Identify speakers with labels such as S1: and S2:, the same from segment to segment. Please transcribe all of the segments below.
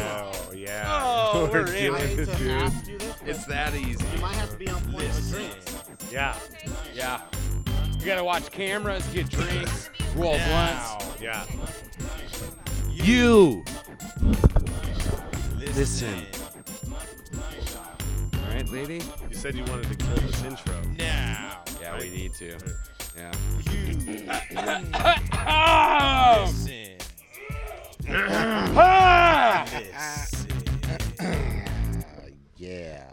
S1: yeah.
S2: Oh, we're in
S1: doing
S2: it.
S1: it,
S3: to
S1: dude.
S3: half do this?
S2: It's that easy.
S3: You might have to be on point with drinks.
S1: Yeah.
S2: Yeah.
S4: You gotta watch cameras, get drinks, roll
S2: Yeah.
S4: blunts.
S1: Oh, Yeah.
S4: You.
S2: Listen.
S4: All right, lady.
S1: You said you wanted to kill this intro.
S2: Now.
S4: Yeah, we need to. Yeah.
S2: You
S4: Oh!
S2: listen.
S4: Ah!
S2: Listen.
S3: Yeah.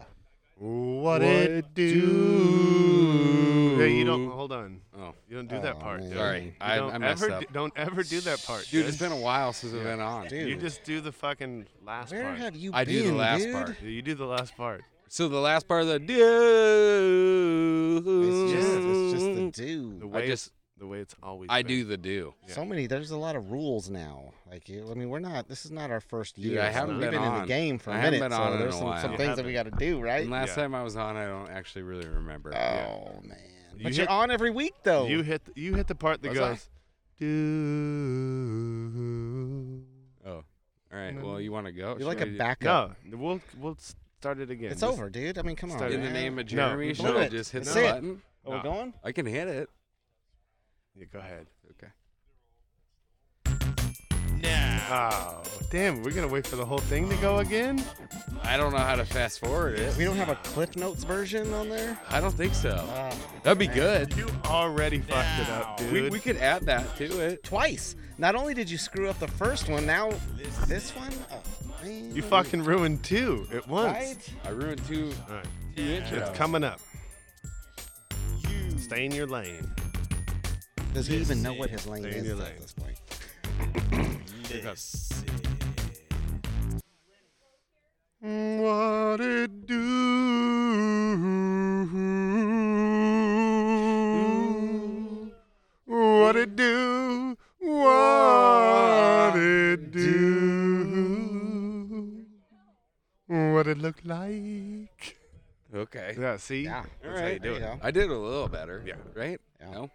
S1: What
S3: it
S1: do? Hey, you don't hold on.
S4: Oh,
S1: You don't do that part.
S3: man.
S1: Dude.
S4: Sorry.
S1: You
S4: I-
S1: don't
S4: I messed
S1: ever
S4: up.
S1: Do, don't ever do that part,
S4: dude, it's been a while since I've been on.
S3: Dude,
S1: You just do the fucking last
S3: Where
S1: part.
S3: have you
S4: I
S3: been,
S4: do the last
S3: dude?
S4: part.
S1: You do the last part.
S4: So the last part of the do.
S3: It's just, it's just the do.
S1: The way
S4: just-
S1: the way it's always.
S4: I
S1: been.
S4: do the do.
S3: So many. There's a lot of rules now. Like, you- I mean, we're not. This is not our first
S4: Dude,
S3: year.
S4: I
S3: so
S4: haven't been
S3: We've been, in
S4: on.
S3: the game for
S4: I
S3: a
S4: haven't
S3: minute,
S4: been on
S3: so
S4: in
S3: there's
S4: a
S3: some,
S4: while.
S3: some
S4: You
S3: things that we got to do, right?
S4: And last
S1: Yeah.
S4: time I Uh, was on, I don't actually really remember.
S3: oh man.
S1: You
S3: But you're
S1: hit-
S3: on every week though.
S1: You hit the, you hit the part that
S4: Was I?
S1: goes. Do.
S4: Oh. All right. Well, Mm-hmm. you want to go?
S3: You're like a
S4: Should we do-
S3: backup.
S1: No, we'll we'll start it again.
S3: it's
S1: This-
S3: over, dude. I mean, come on.
S1: Start-
S4: In the
S3: man.
S4: name of
S1: No,
S4: Jeremy,
S1: you
S4: should
S3: blew
S4: I
S3: it.
S4: just hit
S3: That's
S4: the
S3: it.
S4: button?
S3: Oh, we're
S1: No.
S3: going.
S4: I can hit it.
S1: Yeah, go ahead.
S4: Okay.
S2: Now.
S1: Oh, damn! We're gonna wait for the whole thing to go again.
S4: I don't know how to fast forward it.
S3: We don't have a Cliff Notes version on there.
S4: I don't think so.
S3: Ah,
S4: That'd be good.
S1: You already fucked it up, dude.
S4: We, we could add that to it.
S3: twice. Not only did you screw up the first one, now this one. Oh, man.
S1: you fucking ruined two at once.
S3: right.
S4: I ruined two,
S1: All right.
S4: two intros.
S1: It's coming up. Stay in your lane.
S3: Does he even know what his lane
S1: Stay in
S3: is
S1: your lane.
S3: at this point?
S1: Mm, What it do? What it do? What it do? What it look like?
S4: Okay.
S1: Yeah, see?
S3: Yeah.
S4: All
S1: how you
S4: right.
S1: do
S3: it.
S4: I did a little better.
S1: Yeah.
S4: Right?
S3: Yeah.
S4: No?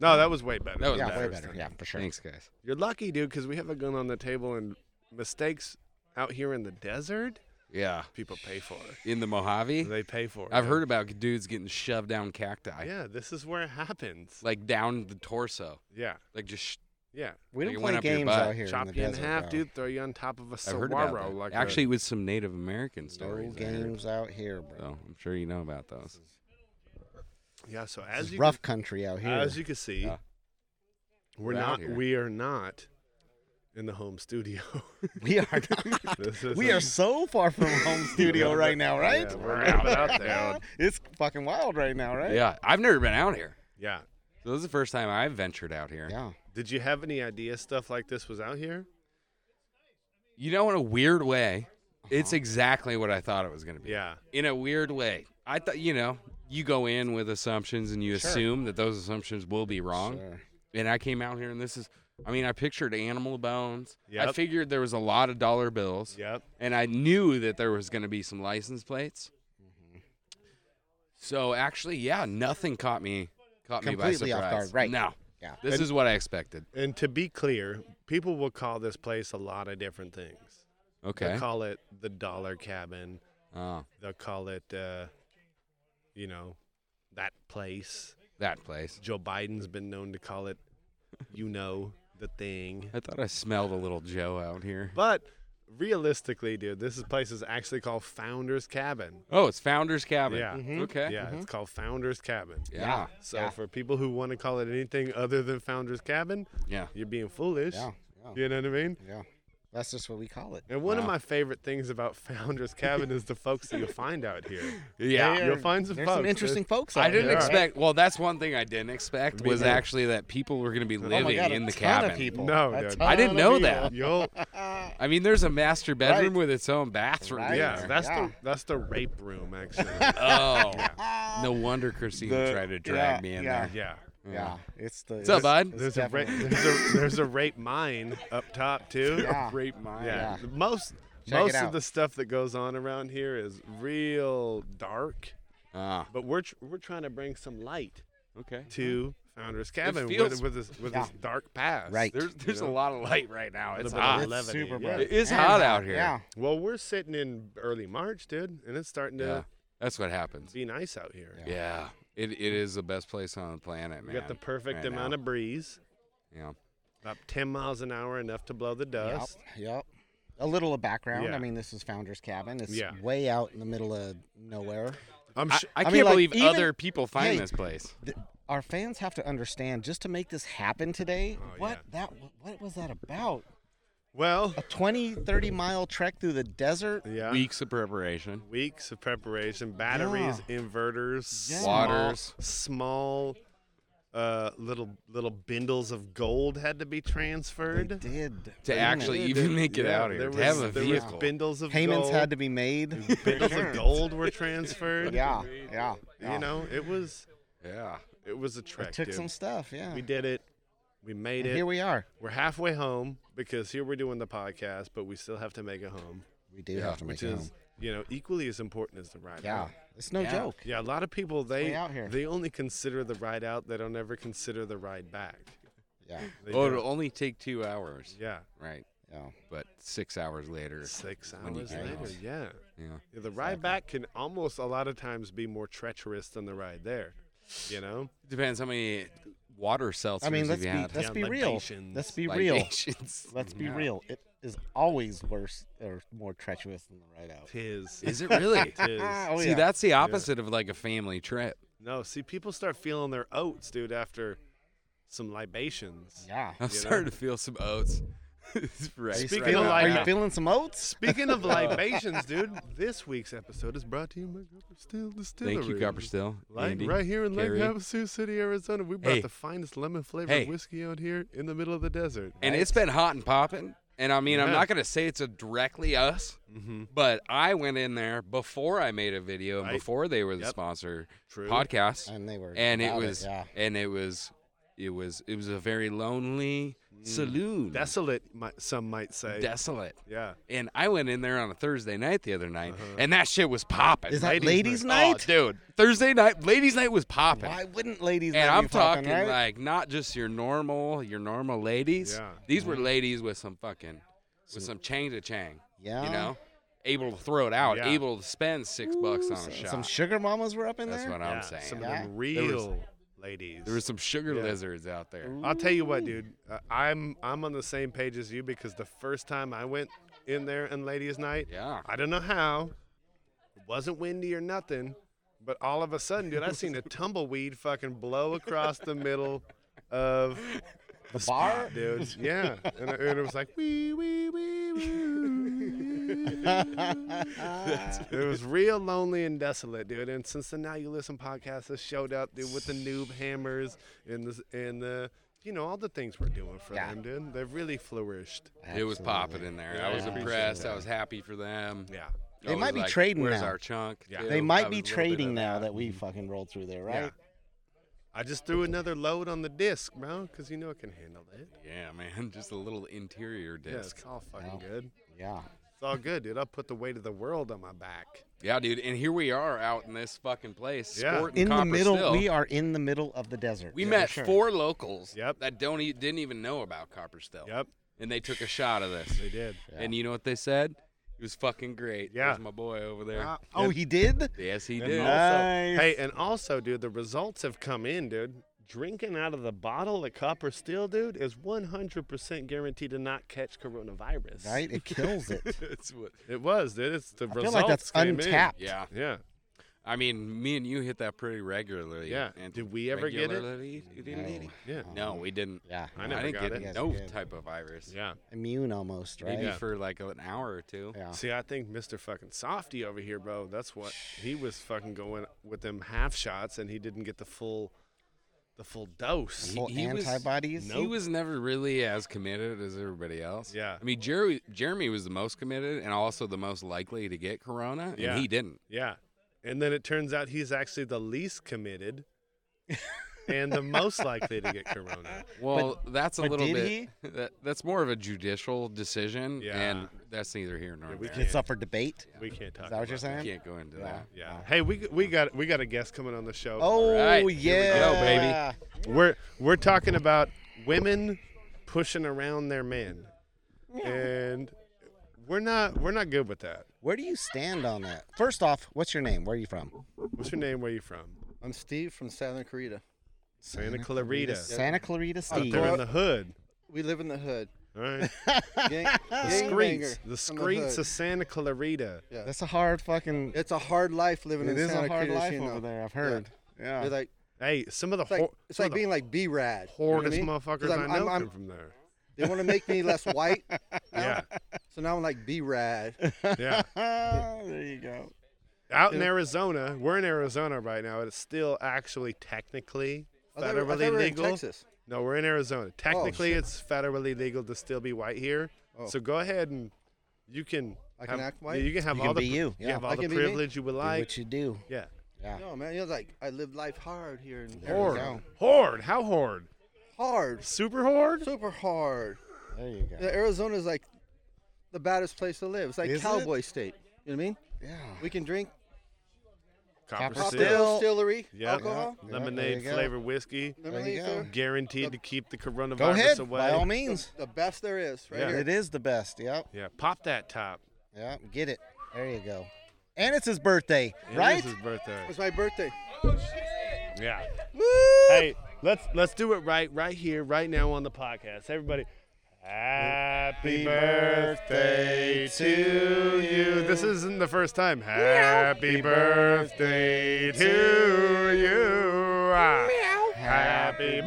S1: No, that was way better.
S4: That was
S3: Yeah,
S4: better.
S3: way better. Yeah, for sure.
S4: Thanks, guys.
S1: You're lucky, dude, because we have a gun on the table and mistakes out here in the desert,
S4: Yeah.
S1: people pay for it.
S4: In the Mojave?
S1: They pay for it.
S4: I've heard about dudes getting shoved down cacti.
S1: Yeah, this is where it happens.
S4: Like down the torso.
S1: Yeah,
S4: Like just. Sh-
S1: yeah.
S3: We
S4: Like, it
S3: don't
S4: went
S3: play
S4: up your
S3: games
S4: butt.
S3: out here. in
S1: Chop
S3: the
S1: you in
S3: desert,
S1: half,
S3: bro.
S1: dude. Throw you on top of a
S4: Uh, I've heard about
S1: saguaro.
S4: that.
S1: Like uh, a-
S4: Actually, with some Native American
S3: No
S4: stories. I heard.
S3: games out here, bro.
S4: So I'm sure you know about those.
S1: yeah. So as
S3: it's
S1: you
S3: rough country out
S1: can,
S3: here.
S1: as you can see,
S4: Yeah.
S1: we're
S4: We're out
S1: not.
S4: here.
S1: We are not in the home studio.
S3: we are not.
S1: This is
S3: we
S1: a-
S3: are so far from home studio right now, right?
S1: Yeah, we're out, out there.
S3: it's fucking wild right now, right?
S4: Yeah, I've never been out here.
S1: Yeah.
S4: So this is the first time I've ventured out here.
S3: Yeah.
S1: Did you have any idea stuff like this was out here?
S4: You know, in a weird way, it's exactly what I thought it was going to be.
S1: Yeah.
S4: In a weird way, I thought you know you go in with assumptions and you
S3: Sure.
S4: assume that those assumptions will be wrong.
S3: Sure.
S4: And I came out here and this is, I mean, I pictured animal bones. I
S1: Yep.
S4: figured there was a lot of dollar bills.
S1: Yep.
S4: and I knew that there was going to be some license plates. So actually, yeah, nothing caught me caught me
S3: Completely
S4: by
S3: off
S4: surprise.
S3: guard, right.
S4: No,
S3: Yeah.
S4: this is what I expected.
S1: And to be clear, people will call this place a lot of different things.
S4: Okay.
S1: They'll call it the Dollar Cabin.
S4: Oh,
S1: They'll call it, uh, you know, that place.
S4: that place.
S1: Joe Biden's been known to call it, you know, the thing.
S4: I thought I smelled a little Joe out here.
S1: But realistically, dude, this is- place is actually called Founder's Cabin.
S4: Oh, it's Founder's Cabin.
S1: Yeah.
S4: Okay.
S1: Yeah, it's called Founder's Cabin.
S4: Yeah.
S1: So
S3: Yeah.
S1: for people who want to call it anything other than Founder's Cabin,
S4: Yeah.
S1: you're being foolish.
S3: Yeah. Yeah.
S1: You know what I mean?
S3: Yeah. That's just what we call it.
S1: And one of
S4: Wow.
S1: my favorite things about Founder's Cabin is the folks that you'll find out here.
S4: Yeah.
S3: There-
S1: You'll find some
S3: There's
S1: folks.
S3: some interesting folks.
S4: I
S3: out
S4: didn't
S3: here.
S4: expect. Well, that's one thing I didn't expect
S1: Me
S4: was
S1: neither.
S4: actually that people were going to be
S3: Oh
S4: living
S3: my God, a
S4: in the
S3: ton
S4: cabin.
S3: Of people.
S1: No,
S3: A
S1: dude.
S3: ton
S4: I didn't
S3: of
S4: know
S3: people.
S4: that.
S1: You'll,
S4: I mean, there's a master bedroom
S3: Right.
S4: with its own bathroom.
S3: Right.
S1: yeah,
S4: there.
S1: that's
S3: Yeah.
S1: the that's the rape room actually.
S4: Oh, no wonder Christina
S3: The-
S4: tried to drag
S3: yeah,
S4: me in
S3: yeah.
S4: there.
S1: yeah.
S3: Yeah. It's the.
S4: What's up, bud?
S3: it's
S1: There's a, ra-
S3: definitely-
S1: there's a there's a rape mine up top too.
S3: Yeah.
S4: Rape mine.
S1: Yeah.
S3: Yeah.
S1: Most
S3: Check it
S1: most of
S3: out.
S1: the stuff that goes on around here is real dark,
S4: Ah,
S1: but we're tr- we're trying to bring some light
S4: okay.
S1: to founder's cabin
S4: feels-
S1: with, with this with this
S3: Mm-hmm. Yeah.
S1: dark past.
S3: Right.
S4: There's there's
S1: You
S4: a
S1: know?
S4: lot of light right now. It's ah.
S1: bit of
S4: hot.
S1: levity.
S3: It's super
S1: yeah.
S3: bright.
S4: It is hot out here.
S3: Yeah.
S1: Well, we're sitting in early March, dude, and it's starting to
S4: Yeah. That's what happens.
S1: be nice out here.
S4: Yeah. It it is the best place on the planet,
S1: We
S4: man.
S1: got the perfect
S4: right
S1: amount
S4: now.
S1: of breeze,
S4: Yeah.
S1: about 10 miles an hour, enough to blow the
S3: Yep.
S1: dust.
S3: Yep. A little of background.
S1: Yeah.
S3: I mean, this is Founder's Cabin. It's
S1: Yeah.
S3: way out in the middle of nowhere.
S1: I'm
S4: I,
S1: sure.
S4: I
S3: I mean,
S4: can't
S3: like,
S4: believe
S3: even-
S4: other people find
S3: hey,
S4: this place.
S3: Th- Our fans have to understand just to make this happen today.
S1: Oh,
S3: what that? What was that about?
S1: Well,
S3: A 20, 30 mile trek through the desert.
S1: yeah.
S4: Weeks of preparation.
S1: Weeks of preparation, batteries, inverters,
S3: Yeah.
S1: small-
S4: Waters.
S1: small uh, little little bindles of gold had to be
S3: They
S1: transferred.
S3: did
S4: To
S3: They
S4: actually
S3: did.
S1: Yeah,
S4: even
S1: there-
S4: make it
S1: yeah,
S4: out here,
S1: there
S4: to have
S1: was-
S4: a
S1: there was
S4: vehicle.
S1: bindles of
S3: payments
S1: gold.
S3: had to be made.
S1: bindles of gold were transferred.
S3: yeah, yeah. yeah.
S1: You know, it was
S4: Yeah.
S1: it was a trek.
S3: it took
S1: dude.
S3: some stuff. Yeah,
S1: We did it. We made
S3: And
S1: it.
S3: here we are.
S1: We're halfway home because here we're doing the podcast, but we still have to make it home,
S3: We do
S4: Yeah,
S3: have to make
S1: which
S3: it.
S1: is
S3: home.
S1: you know equally as important as the ride.
S3: Yeah,
S1: out.
S3: it's no
S4: Yeah.
S3: joke.
S1: Yeah, a lot of people they
S3: way out here.
S1: they only consider the ride out. They don't ever consider the ride back.
S3: Yeah,
S1: They
S4: oh,
S1: don't.
S4: it'll only take two hours.
S1: yeah,
S4: Right.
S3: yeah.
S4: But six hours later.
S1: six
S4: when you
S1: hours
S4: get
S1: later.
S4: out.
S1: Yeah.
S4: Yeah.
S1: Yeah, the ride back can almost a lot of times be more treacherous than the ride there. You know,
S4: Depends how many water cells
S3: I mean, let's
S4: you've
S3: be
S4: had.
S3: let's
S1: Yeah,
S3: be real.
S1: libations.
S3: Let's be real.
S4: Libations.
S3: Let's be
S4: Yeah.
S3: real. It is always worse or more treacherous than the ride out.
S1: tis.
S4: Is it really?
S1: tis.
S3: Oh
S4: See,
S3: yeah.
S4: that's the opposite of like a family trip.
S1: No, see, people start feeling their oats, dude, after some libations.
S3: yeah.
S4: I'm
S1: You know?
S4: starting to feel some oats. right.
S1: Speaking
S4: right
S1: of
S4: now.
S1: like-
S3: Are you
S1: Yeah.
S3: feeling some oats?
S1: Speaking of libations, dude, this week's episode is brought to you by Copper Still Distillery.
S4: Thank you, Copper Still.
S1: Like,
S4: Andy,
S1: right here in Lake
S4: Gary.
S1: Havasu City, Arizona, we brought
S4: Hey.
S1: the finest lemon flavored
S4: Hey.
S1: whiskey out here in the middle of the desert.
S4: And it's been hot and popping. And I mean, I'm
S1: Yeah.
S4: not going to say it's a directly us,
S1: Mhm.
S4: but I went in there before I made a video and
S1: Right.
S4: before they were the
S1: Yep.
S4: sponsor
S1: True.
S4: podcast.
S3: And they were.
S4: and it
S3: about
S4: was
S3: yeah.
S4: and it was it was it was a very lonely
S3: Mm.
S4: saloon.
S1: Desolate, might, some might say.
S4: desolate.
S1: yeah.
S4: And I went in there on a Thursday night the other night,
S1: Uh-huh.
S4: and that shit was popping.
S3: Is that ladies'
S1: ladies'
S4: Oh,
S3: night?
S4: dude, Thursday night, ladies' night was popping.
S3: Why wouldn't ladies?
S4: And
S3: night
S4: I'm
S3: be popping,
S4: talking
S3: right?
S4: like not just your normal, your normal ladies.
S1: Yeah.
S4: These
S3: Mm-hmm.
S4: were ladies with some fucking, with some chang to chang.
S3: yeah.
S4: You know, able to throw it out,
S1: Yeah.
S4: able to spend six bucks on a shot.
S3: Some sugar mamas were up in
S4: That's
S3: there.
S4: what
S1: yeah,
S4: I'm saying.
S1: Some
S3: Yeah.
S1: of them
S4: was-
S1: real ladies.
S4: there were some sugar
S1: Yeah.
S4: lizards out there.
S1: I'll tell you what, dude. Uh, I'm I'm on the same page as you because the first time I went in there in ladies' night,
S4: Yeah.
S1: I don't know how, it wasn't windy or nothing, but all of a sudden, dude, I seen a tumbleweed fucking blow across the middle of
S3: the bar.
S1: dude. Yeah, and, I- and it was like wee wee wee wee.
S3: Ah,
S1: It was real lonely and desolate, dude. And since the Now You Listen podcast has showed up, dude, with the noob hammers and the and the you know all the things we're doing for
S3: Yeah.
S1: them, dude. They've really flourished.
S4: It was
S3: Absolutely.
S4: popping in there.
S1: Yeah,
S4: I
S1: I
S4: was
S1: appreciate
S4: impressed. I
S1: that.
S4: was happy for them.
S1: Yeah.
S4: I
S3: They
S4: was
S3: might be
S4: like,
S3: trading
S4: Where's
S3: now.
S4: our chunk?
S1: Yeah.
S4: too?
S3: They
S4: I
S3: might
S4: was
S3: be
S4: a little bit of
S3: trading now
S4: that.
S3: that we fucking rolled through there,
S1: Yeah.
S3: right?
S1: I just threw another load on the disc, bro, because you know it can handle it.
S4: Yeah, man. Just a little interior
S1: Yeah, it's
S4: disc.
S1: all fucking
S3: Wow.
S1: good.
S3: Yeah.
S1: It's all good, dude. I put the weight of the world on my back.
S4: Yeah, dude. And here we are out in this fucking place.
S1: Yeah.
S4: sporting
S3: In the
S4: Copper
S3: middle,
S4: Still.
S3: we are in the middle of the desert.
S4: We
S3: Yeah,
S4: met
S3: for sure.
S4: four locals
S1: Yep.
S4: that don't e- didn't even know about Copper Still.
S1: Yep,
S4: And they took a shot of this.
S1: they did.
S3: Yeah.
S4: And you know what they said? It was fucking great.
S1: Yeah.
S4: There's my boy over there.
S1: Ah,
S3: Oh, he did.
S4: yes, he
S1: and
S4: did.
S1: also-
S3: Nice.
S1: Hey, and also, dude, the results have come in, dude. Drinking out of the bottle of copper steel, dude, is 100% guaranteed to not catch coronavirus.
S3: Right? It kills it.
S4: That's what-
S1: It was, dude. It's the
S3: I feel
S1: results.
S3: like that's
S1: came in.
S3: untapped.
S4: yeah.
S1: Yeah,
S4: I mean, me and you hit that pretty regularly.
S1: Yeah.
S4: And
S1: Did we ever get it?
S4: regularly-
S3: No.
S1: yeah,
S4: No, we didn't.
S3: Yeah.
S1: I never
S4: didn't
S1: got
S4: get
S1: it.
S3: Yes,
S4: no
S3: you did.
S4: type of virus.
S1: yeah.
S3: Immune almost, right?
S4: Maybe
S1: Yeah.
S4: for like an hour or two.
S3: Yeah.
S1: See, I think Mr. fucking Softy over here, bro. That's what he was fucking going with them half shots, and he didn't get the full, the full dose.
S3: Full
S4: he was-
S3: antibodies.
S4: He was never really as committed as everybody else.
S1: Yeah.
S4: I mean, Jeremy, Jeremy was the most committed and also the most likely to get corona, and
S1: Yeah.
S4: he didn't.
S1: Yeah, and then it turns out he's actually the least committed. and the most likely to get corona.
S4: Well, that's a
S5: but
S4: little
S5: did
S4: bit. That, that's more of a judicial decision,
S1: Yeah.
S4: and that's neither here nor
S1: we
S4: there.
S5: It's up for debate.
S1: We can't talk.
S5: Is that what you're
S1: about
S4: I
S5: saying?
S4: can't go into that.
S1: Yeah. Hey, we we got we got a guest coming on the show.
S5: Oh
S4: All right, here we
S5: yeah,
S4: go, baby.
S1: We're we're talking about women pushing around their men, and we're not we're not good with that.
S5: Where do you stand on that? First off, what's your name? Where are you from?
S1: What's your name? Where you from?
S6: I'm Steve from Southern Korea.
S1: Santa Clarita.
S5: Santa Clarita
S1: Out
S5: Steve.
S1: there in the hood.
S6: We live in the hood.
S1: All right.
S6: Gang,
S1: The
S6: gang
S1: streets.
S6: banger
S1: The
S6: from
S1: streets
S6: hood.
S1: of Santa Clarita.
S6: Yeah.
S5: That's a hard fucking.
S6: It's a hard life living
S5: It
S6: in
S5: is
S6: Santa
S5: a hard
S6: Cruz,
S5: life
S6: you know.
S5: over there. I've heard. Yeah.
S6: It's like
S1: Hey, some of the
S6: it's like,
S1: hor-
S6: it's
S1: some
S6: like
S1: of the
S6: being like B Rad.
S1: hardest
S6: you know what I mean? 'Cause
S1: motherfuckers I
S6: I'm- I'm-
S1: know
S6: I'm-
S1: come from there.
S6: They want to make me less white,
S1: Yeah,
S6: so now I'm like B Rad.
S1: yeah.
S5: Ah, there you go.
S1: Out in Arizona, we're in Arizona right now. It's still actually technically
S6: Oh,
S1: federally legal.
S6: In Texas. Oh,
S1: No, we're in Arizona. Technically,
S6: shit.
S1: it's federally legal to still be white here.
S6: Oh.
S1: So go ahead and you can.
S6: I can
S1: have-
S6: act white?
S1: You can have
S5: You
S1: all
S5: can
S1: the
S5: be you.
S1: you
S5: Yeah.
S1: have
S6: I
S1: all the
S6: can be me.
S1: privilege you would
S5: Do
S1: like.
S5: what you do.
S1: yeah.
S5: Yeah.
S6: No man, it's like I live life hard here in
S1: Horde.
S6: Arizona.
S1: Horde. How horde?
S6: Hard,
S1: Super horde?
S6: super hard.
S5: There you go.
S6: Yeah, Arizona's like the baddest place to live. It's like
S5: Is it?
S6: cowboy state. You know what I mean?
S5: Yeah.
S6: We can drink
S1: Copper
S5: Copper
S6: Copper
S1: Still.
S5: Still.
S6: distillery
S1: Yep.
S6: alcohol.
S5: Yeah, there
S1: Lemonade
S5: you go.
S1: flavored whiskey.
S6: Remember
S5: you
S6: these
S5: go.
S6: two?
S1: Guaranteed to keep the coronavirus
S5: Go ahead.
S1: away.
S5: By all means.
S6: The best there is, right
S1: Yeah.
S6: here.
S5: It is the best. Yep.
S1: Yeah. Pop that top.
S5: Yep. Get it. There you go. And it's his birthday,
S1: And
S5: right?
S1: It's his birthday.
S6: It's my birthday.
S1: Yeah. Hey, let's let's do it right right here right now on the podcast. Everybody Happy birthday to you. This isn't the first time. Happy birthday to you. Ah. Happy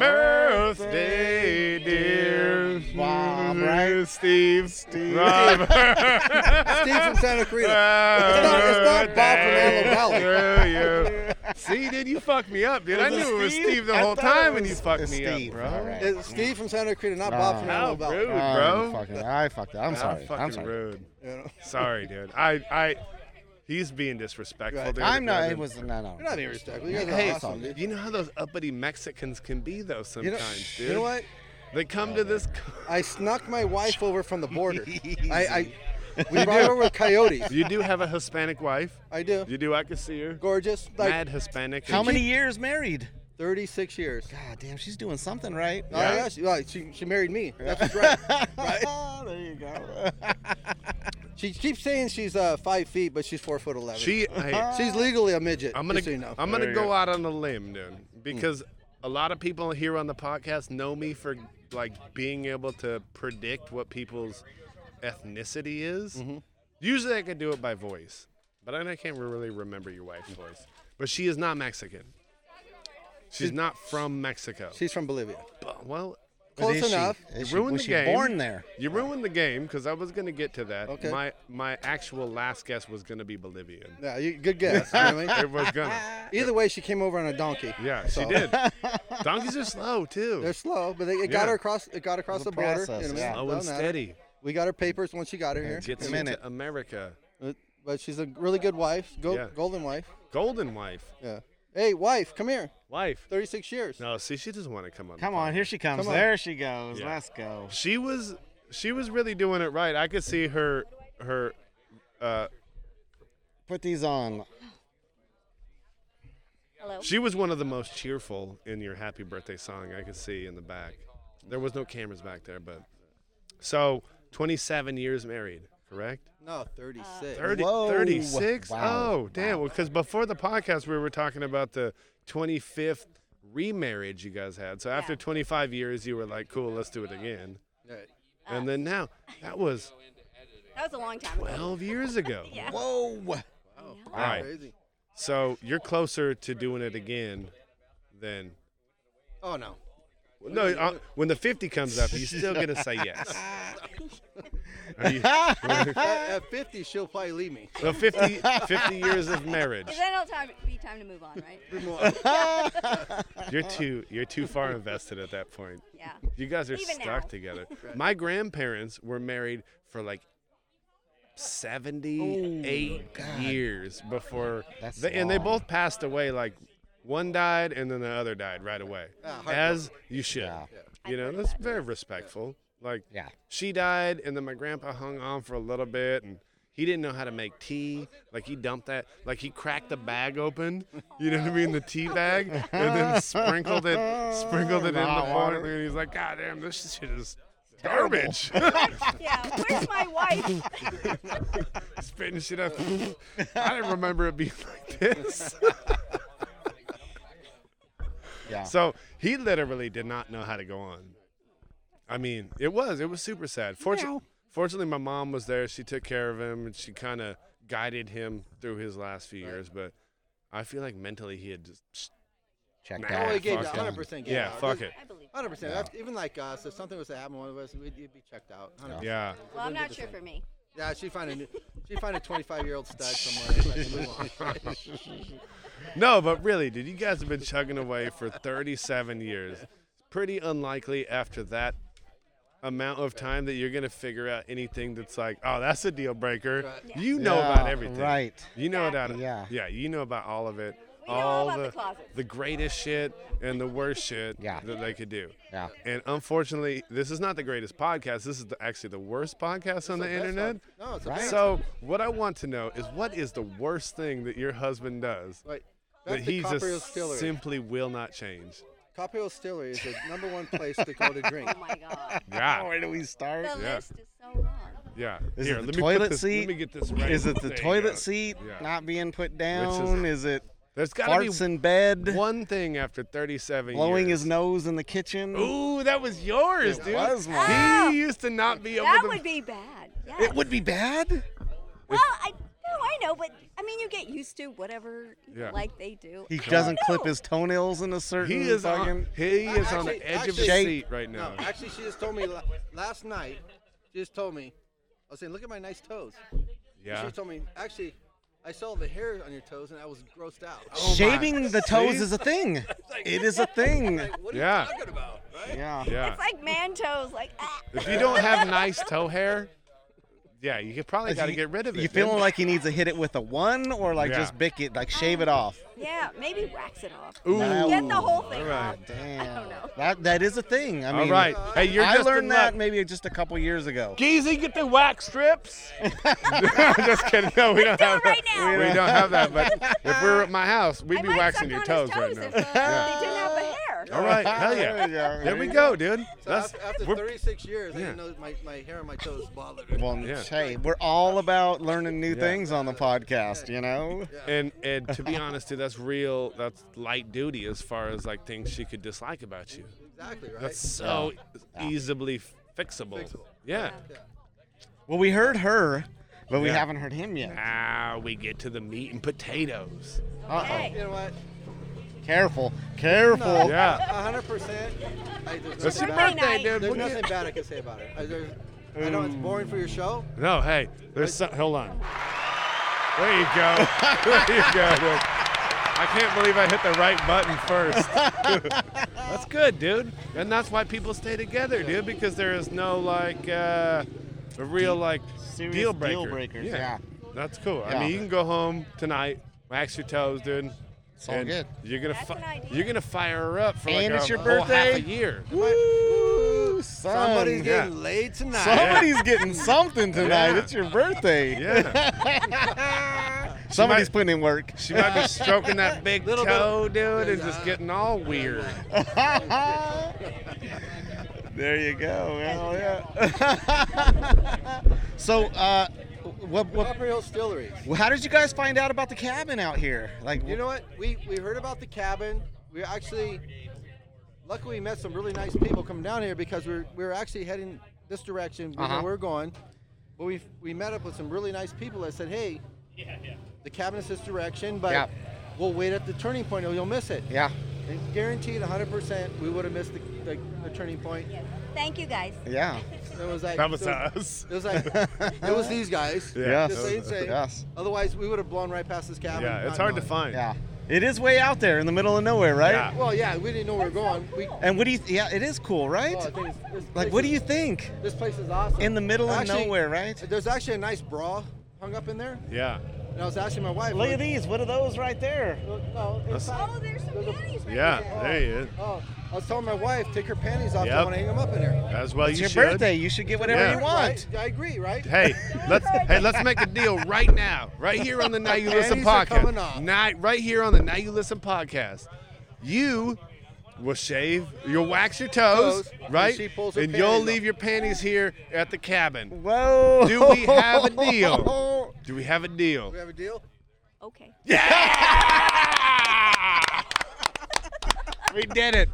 S1: birthday, dear
S5: Bob, right?
S1: Steve. Robert.
S6: Steve from Santa Cruz.
S1: not,
S6: it's not Bob from Antelope Valley.
S1: See, dude, you fucked me up, dude. I knew it was
S5: Steve?
S1: Steve the
S5: I
S1: whole
S5: thought it
S1: time, and you
S5: was-
S1: fucked
S5: it's
S1: me
S5: Steve,
S1: up, bro.
S5: all right.
S6: It's Steve from Santa Cruz, not
S5: Nah.
S6: Bob from
S1: How
S6: Antelope
S1: rude,
S6: Valley.
S5: Oh,
S1: bro.
S5: fucking- I fucked up. I'm
S1: How
S5: sorry.
S1: fucking
S5: I'm sorry.
S1: rude.
S6: You know?
S1: Sorry, dude. I, I, he's being disrespectful.
S6: Right.
S1: dude.
S5: I'm not. It
S1: Dude.
S5: was no, no.
S6: You're not being respectful. You guys are
S1: Hey,
S6: awesome, dude.
S1: you know how those uppity Mexicans can be, though.
S6: You know,
S1: Sometimes, dude.
S6: you know what?
S1: They come to this.
S6: I snuck my wife over from the border. I, I we brought her over coyotes.
S1: You do have a Hispanic wife.
S6: I do.
S1: You do. I can see her.
S6: Gorgeous. Like
S1: Mad Hispanic.
S5: How many years married?
S6: 36 years.
S5: God damn, she's doing something right.
S6: Oh, yeah, she, well, she, she married me. That's what's right.
S5: Ah, there you go.
S6: She keeps saying she's uh, five feet, but she's four foot eleven.
S1: She. Hey,
S6: she's legally a midget.
S1: I'm gonna
S6: just so you know. Hmm.
S1: I'm gonna
S5: There you
S1: go
S5: go.
S1: out on a limb, dude, because a lot of people here on the podcast know me for like being able to predict what people's ethnicity is.
S6: Mm-hmm.
S1: Usually, I can do it by voice, but I I can't really remember your wife's
S6: Hmm.
S1: voice. But she is not Mexican. She's not from Mexico.
S6: she's from Bolivia.
S1: But- well,
S6: Close
S5: is she-
S6: enough.
S5: is she-
S1: ruined
S5: was
S1: the
S5: she
S1: game.
S5: born there?
S1: you ruined the game because I was gonna get to that.
S6: Okay.
S1: My my actual last guess was gonna be Bolivian.
S6: Yeah, you, good guess. you know what I mean?
S1: It was gonna.
S6: Either way, she came over on a donkey.
S1: Yeah, she
S6: So-
S1: did. Donkeys are slow too.
S6: They're slow, but they, it
S1: Yeah.
S6: got her across. It got across
S5: The
S6: the border.
S5: process,
S6: you know what I mean?
S5: yeah.
S1: Slow
S6: Doesn't
S1: and
S6: matter.
S1: steady.
S6: We got her papers once she got her here.
S1: Gets
S5: a
S1: you
S5: minute.
S1: to America.
S7: Uh,
S6: But- But she's a really good wife, go,
S1: Yeah.
S6: golden wife.
S1: Golden wife.
S6: Yeah. Hey, wife, come here.
S1: Wife.
S6: 36 years.
S1: No, see, she doesn't want to come on. the
S5: Come on,
S1: podcast.
S5: here she comes.
S6: Come on.
S5: There she goes.
S1: Yeah.
S5: Let's go.
S1: She was, she was really doing it right. I could see her, her. Uh,
S5: Put these on.
S8: Hello.
S1: she was one of the most cheerful in your happy birthday song. I could see in the back. There was no cameras back there, but so 27 years married, correct?
S6: No, 36.
S1: 30,
S5: Whoa.
S1: 36?
S5: Wow.
S1: Oh, damn. Because before the podcast, we were talking about the 25th remarriage you guys had. So after
S8: Yeah.
S1: 25 years, you were like, cool, let's do it again.
S6: Right.
S1: And then now, that was
S8: That was a long time ago.
S1: 12 years ago.
S8: Yeah.
S5: Whoa.
S1: All right.
S6: Crazy.
S1: So you're closer to doing it again than.
S6: Oh, no.
S1: well, No, uh, when the 50 comes up, you're still going to say yes. Are you-
S6: At, at 50, she'll probably leave me.
S1: the 50, 50 years of marriage.
S8: Is that all time be time to move on, right?
S1: You're too you're too far invested at that point.
S8: Yeah.
S1: You guys are
S8: Even
S1: stuck
S8: now.
S1: together. My grandparents were married for like 78 years before
S5: That's
S1: they, and they
S5: long.
S1: both passed away like One died, and then the other died right away,
S7: Ah, hardcore.
S1: as you should.
S3: Yeah.
S1: You know, that's very respectful. Like,
S3: Yeah.
S1: she died, and then my grandpa hung on for a little bit, and he didn't know how to make tea. Like, he dumped that, like, he cracked the bag open, you know what I mean, the tea bag, and then sprinkled it, sprinkled it in the
S3: Raw water.
S1: boiler, and he's like, God damn, this shit is garbage.
S8: yeah, where's my wife?
S1: Spitting shit up. I didn't remember it being like this.
S3: Yeah.
S1: So he literally did not know how to go on. I mean, it was it was super sad. Fortunately, fortunately, my mom was there. She took care of him and she kind of guided him through his last few years. But I feel like mentally he had just
S3: Check
S1: Nah,
S3: that.
S7: Oh,
S1: Yeah,
S7: he gave
S1: fuck
S7: you
S1: it.
S7: 100 percent.
S1: yeah, fuck it.
S8: I believe.
S7: Hundred percent. That's Even like us, if something was to happen to one of us, we'd you'd be checked out. 100%.
S1: Yeah,
S8: Well, I'm
S7: We'll do
S8: not
S7: the
S8: sure
S7: same.
S8: for me.
S7: Yeah, she'd find a new, she'd find a 25 year old stud somewhere. and let him move on.
S1: no, but really, dude, you guys have been chugging away for 37 years. Pretty unlikely after that amount of time that you're gonna figure out anything that's like, oh, that's a deal breaker.
S7: Right.
S1: You know about
S3: Yeah,
S1: everything,
S3: right.
S1: You know about it.
S3: Yeah.
S1: yeah, you know about all of it.
S8: We know all about the closets.
S1: the greatest shit and the worst shit
S3: Yeah.
S1: that they could do.
S3: Yeah.
S1: And unfortunately, this is not the greatest podcast. This is the, actually the worst podcast on the
S7: That's
S1: internet.
S7: not- No, it's a
S3: Right.
S7: bad-
S1: So, what I want to know is what is the worst thing that your husband does
S7: Wait,
S1: that
S7: back to
S1: he
S7: Copperhill
S1: just
S7: Stiller.
S1: simply will not change?
S7: Copperhill Stiller is the number one place to go to drink.
S8: Oh my god.
S1: Yeah,
S3: Where do we start?
S8: The
S1: Yeah.
S8: list is so long.
S1: yeah.
S3: Is
S1: Here,
S3: it the
S1: let me put
S3: toilet
S1: this,
S3: seat?
S1: Let me get this right.
S3: Is it the
S1: There you go.
S3: toilet seat
S1: Yeah.
S3: not being put down? Is, it
S1: There's got
S3: farts
S1: to
S3: in bed?
S1: be one thing after 37
S3: blowing
S1: years.
S3: his nose in the kitchen?
S1: Ooh, that was yours,
S3: It
S1: dude.
S3: was mine.
S8: Ah!
S1: He used to not be able
S8: That
S1: to.
S8: would be bad. Yeah.
S3: It would be bad.
S8: well, I no, I know, but I mean, you get used to whatever
S1: Yeah.
S8: like they do.
S3: He
S8: I don't
S3: doesn't clip
S8: know.
S3: his toenails in a certain
S1: he is
S3: fucking.
S1: on. He is on
S7: Actually-
S1: the edge of his
S7: actually-
S1: seat right now.
S7: No, actually, she just told me la- last night. She just told me. I was saying, look at my nice toes. She
S1: yeah.
S7: just told me, actually, I saw the hair on your toes and I was grossed out. I was
S3: Oh Shaving the toes
S1: See?
S3: is a thing. It is a thing.
S7: like, what are
S1: Yeah.
S7: you talking about? Right?
S3: Yeah.
S1: Yeah.
S8: It's like man toes, like ah.
S1: If you don't have nice toe hair, yeah, you could probably got to
S3: You-
S1: get rid of it.
S3: You
S1: dude.
S3: feeling like he needs to hit it with a one or like
S1: Yeah.
S3: just bick it, like shave it off?
S8: Yeah, maybe wax it off.
S1: Ooh.
S8: Get the whole thing
S1: Alright.
S8: off.
S3: Damn.
S8: don't know.
S3: That that is a thing. I mean,
S1: All right. Hey, you're
S3: I
S1: just in
S3: learned that
S1: luck.
S3: maybe just a couple years ago.
S1: Geezy, get the wax strips. just kidding. No, we don't
S8: Do
S1: have
S8: it right
S1: that.
S8: now.
S1: We don't have that. But if we were at my house, we'd
S8: I
S1: be
S8: might suck
S1: waxing your
S8: on
S1: toes,
S8: his toes
S1: right
S8: if
S1: now.
S8: uh, they didn't have the hair.
S1: All right. Hell
S3: There
S1: yeah.
S3: we go.
S1: There we go, dude.
S7: So
S1: That's
S7: after, after
S1: we're-
S7: 36 years, I
S1: Yeah.
S7: didn't know my, my hair on my toes bothered her.
S3: Well,
S1: Yeah.
S3: hey, we're all about learning new things on the podcast, you know?
S1: And and to be honest, dude, that's real. That's light duty as far as like things she could dislike about you.
S7: Exactly, right? Oh,
S1: That's so easily fixable.
S7: Fixable.
S1: Yeah.
S3: Well, we heard her, but we
S1: Yeah.
S3: haven't heard him yet.
S1: Now we get to the meat and potatoes.
S3: Uh-oh.
S7: You know what?
S3: Careful. Careful.
S1: Yeah.
S7: 100%. I, there's
S1: It's
S7: nothing
S1: your
S7: bad-
S8: Friday
S1: birthday,
S8: night.
S1: dude.
S7: There's
S1: We'll
S7: nothing
S1: get- Mm.
S7: bad I can say about it. I, there's, I know it's boring for your show.
S1: No, hey, there's some. Hold on. There you go. there you go, dude. I can't believe I hit the right button first. that's good, dude. And that's why people stay together, dude, because there is no like uh, a real like
S3: Serious
S1: deal
S3: deal
S1: breaker.
S3: breakers, yeah.
S1: That's cool. I
S3: Yeah.
S1: mean, you can go home tonight, wax your toes, dude. It's
S3: all good.
S1: You're gonna
S8: That's
S1: fi-
S8: an idea.
S1: you're gonna fire her up for like
S3: And
S1: a
S3: it's your
S1: whole half
S3: birthday.
S1: a year.
S3: Woo, son.
S7: Somebody's
S1: yeah.
S7: getting laid tonight.
S3: Somebody's getting something tonight.
S1: Yeah.
S3: It's your birthday.
S1: Yeah.
S3: Somebody's
S1: might-
S3: putting in work.
S1: She might be stroking that big
S7: Little bit
S1: toe,
S7: of-
S1: dude, and just getting all weird.
S3: there you go. Hell yeah. so, uh, what, what,
S7: Copper Hill Stilleries.
S3: how did you guys find out about the cabin out here? Like,
S7: You know what? We we heard about the cabin. We actually, luckily, we met some really nice people coming down here because we we're we we're actually heading this direction. We
S3: Uh-huh.
S7: know where we're going, but we we met up with some really nice people that said, "Hey, the cabin is this direction, but
S3: Yeah.
S7: we'll wait at the turning point or you'll miss it."
S3: yeah,
S7: And guaranteed, 100, percent we would have missed the, the, the turning point.
S8: Yes. Thank you guys.
S3: yeah,
S7: It was like
S1: That was
S7: it was,
S1: us.
S7: It was like it was these guys.
S1: Yeah.
S3: yes,
S7: Just so you say.
S3: yes,
S7: Otherwise, we would have blown right past this cabin.
S1: Yeah,
S7: not
S1: it's hard to
S7: knowing.
S1: find.
S3: yeah. It is way out there in the middle of nowhere, right?
S1: Yeah.
S7: Well, yeah, we didn't know where we were going. We
S3: And what do you? yeah, it is cool, right?
S7: Oh, I think it's- this
S3: like,
S7: place
S3: what do
S7: is-
S3: you think?
S7: This place is awesome.
S3: In the middle of
S7: Actually,
S3: nowhere, right?
S7: There's actually a nice bra hung up in there.
S1: Yeah.
S7: And I was asking my wife.
S3: Look
S7: like,
S3: at these. What are those right there?
S7: Look, No, inside.
S8: Oh, there's some
S7: There's a-
S8: panties right
S1: Yeah,
S8: there.
S1: there he is.
S7: Oh, I was telling my wife, take her panties off. I
S1: Yep.
S7: want to hang them up in there.
S1: As well,
S3: it's
S1: you
S3: your
S1: should.
S3: birthday. You should get whatever
S1: Yeah.
S3: you want.
S7: Right? I agree, right?
S1: Hey, let's hey let's make a deal right now, right here on the Now You Listen
S7: Panties are coming
S1: podcast.
S7: off.
S1: Night right here on the Now You Listen podcast. You will shave, you'll wax your toes,
S7: Toes, and
S1: right?
S7: she pulls her
S1: and you'll
S7: panties
S1: leave your panties here at the cabin.
S3: Whoa.
S1: Do we have a deal? Do we have a deal?
S7: Oh, We have a deal.
S8: Okay.
S1: We did it.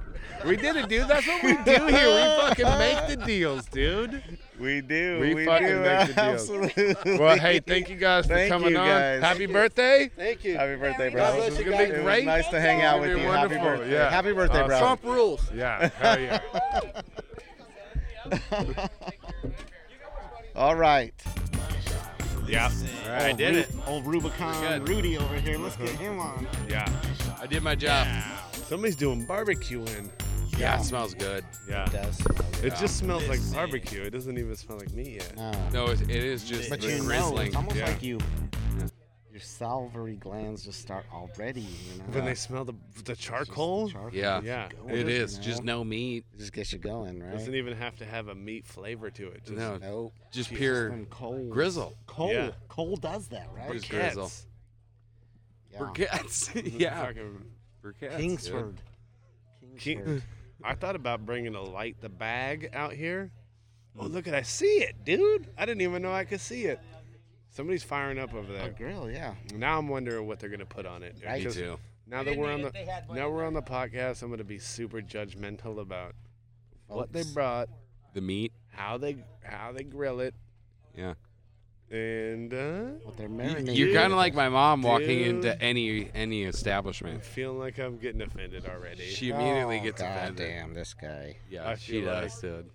S1: We did it, dude. That's what we do here. We fucking make the deals, dude.
S3: We do.
S1: We fucking
S3: do.
S1: make the deal.
S3: Absolutely.
S1: Well, hey, thank you guys for
S3: Thank
S1: coming
S3: you,
S1: on.
S3: guys.
S1: Happy birthday.
S7: Thank you.
S3: Happy birthday, bro.
S7: God bless
S1: This is
S7: you
S1: gonna be
S7: guys.
S3: It was
S1: great.
S3: nice to hang out with you.
S1: It'd be
S3: Happy
S1: wonderful.
S3: birthday.
S1: Yeah.
S3: Happy birthday,
S1: Awesome.
S3: bro.
S7: Trump rules.
S1: Yeah, hell yeah.
S3: All right.
S2: Yeah. I did it.
S5: Old Rubicon
S4: Good.
S5: Rudy over here. Let's get him on.
S1: Yeah.
S4: I did my job.
S1: Somebody's doing barbecuing.
S4: Yeah, it smells good.
S1: Yeah. It just smells like barbecue. It doesn't even smell like meat yet.
S4: No, it, it is just
S5: But
S4: the
S5: you know,
S4: drizzling.
S5: it's almost
S1: yeah.
S5: like you, your salivary glands just start already. You know,
S1: When they
S5: It's
S1: smell the the
S5: just
S1: charcoal,
S5: charcoal
S4: Yeah.
S5: gets you
S1: Yeah.
S5: going,
S4: it
S5: you
S4: is just
S5: know?
S4: no meat,
S5: It just gets you going, right?
S1: doesn't even have to have a meat flavor to it. Just
S4: no,
S5: Nope.
S4: just
S5: Jesus,
S4: pure
S5: and coal.
S4: grizzle.
S5: Coal.
S1: Yeah.
S5: Coal does that, right?
S4: Just grizzle.
S1: Cats.
S5: Yeah.
S4: Briquettes. yeah,
S1: Fucking-
S4: briquettes.
S5: Kingsford.
S1: King-
S5: Kingsford.
S1: I thought about bringing a light the bag out here. Oh look at I see it, dude. I didn't even know I could see it. Somebody's firing up over
S5: A
S1: there.
S5: grill, yeah.
S1: Now I'm wondering what they're gonna put on it.
S5: Right.
S4: Me
S1: 'Cause
S4: too.
S1: Now that we're on the now we're on the podcast, I'm gonna be super judgmental about what they
S5: Folks.
S1: brought,
S4: The meat.
S1: how they how they grill it,
S4: Yeah.
S1: and uh,
S5: What they're
S4: You-
S5: marinating.
S4: You're kind
S5: with.
S4: of like my mom walking
S1: Dude.
S4: into any any
S1: I'm
S4: establishment.
S1: feeling like I'm getting offended already.
S4: She immediately
S5: Oh,
S4: gets
S5: God
S4: offended.
S5: Damn, this guy.
S4: Yeah,
S1: I
S4: she
S1: feel like-
S4: does, dude.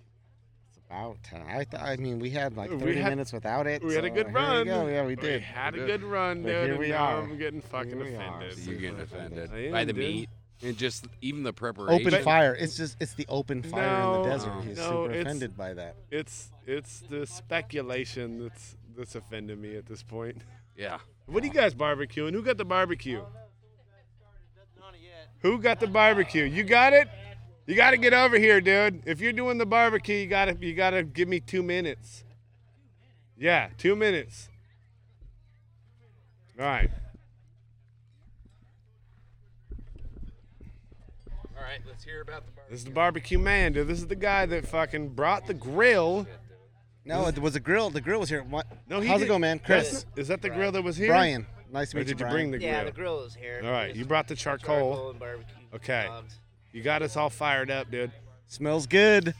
S5: It's about time. I, th- I mean, we had like
S1: We
S5: 30
S1: had-
S5: minutes without it.
S1: we had a
S5: so
S1: good
S5: here
S1: run.
S5: We go. Yeah, we did.
S1: had
S4: We
S1: a
S4: did.
S1: good run,
S5: But
S1: dude.
S5: here
S1: and
S5: we
S1: now
S5: are.
S1: I'm getting fucking
S5: Here we are.
S1: offended.
S4: So you're getting offended
S1: offended. I
S4: by
S1: am,
S4: the
S1: dude.
S4: meat and just even the preparation.
S5: Open fire. It's just it's the open fire in
S1: No,
S5: the desert. He's
S1: no,
S5: super
S1: it's-
S5: offended by that.
S1: It's it's the speculation that's that's offending me at this point.
S4: Yeah.
S1: What are you guys barbecuing? Who got the barbecue? Who got the barbecue? You got it? You got to get over here, dude. If you're doing the barbecue, you gotta you gotta give me two minutes. Yeah, two minutes. All right.
S4: All right, let's hear about the
S1: This is the barbecue man, dude. This is the guy that fucking brought the grill.
S5: No, it was a grill. The grill was here. What?
S1: No, he
S5: How's it
S1: did-
S5: going, man? Chris,
S1: That's- Is that the grill that was here?
S5: Brian. Nice to
S1: Or
S5: meet you,
S1: did you
S5: Brian.
S1: bring the grill?
S9: Yeah, the grill is here.
S1: All right,
S9: It's
S1: you brought the
S9: charcoal
S1: charcoal.
S9: and barbecue.
S1: Okay.
S9: logs.
S1: You got us all fired up, dude.
S5: Smells good.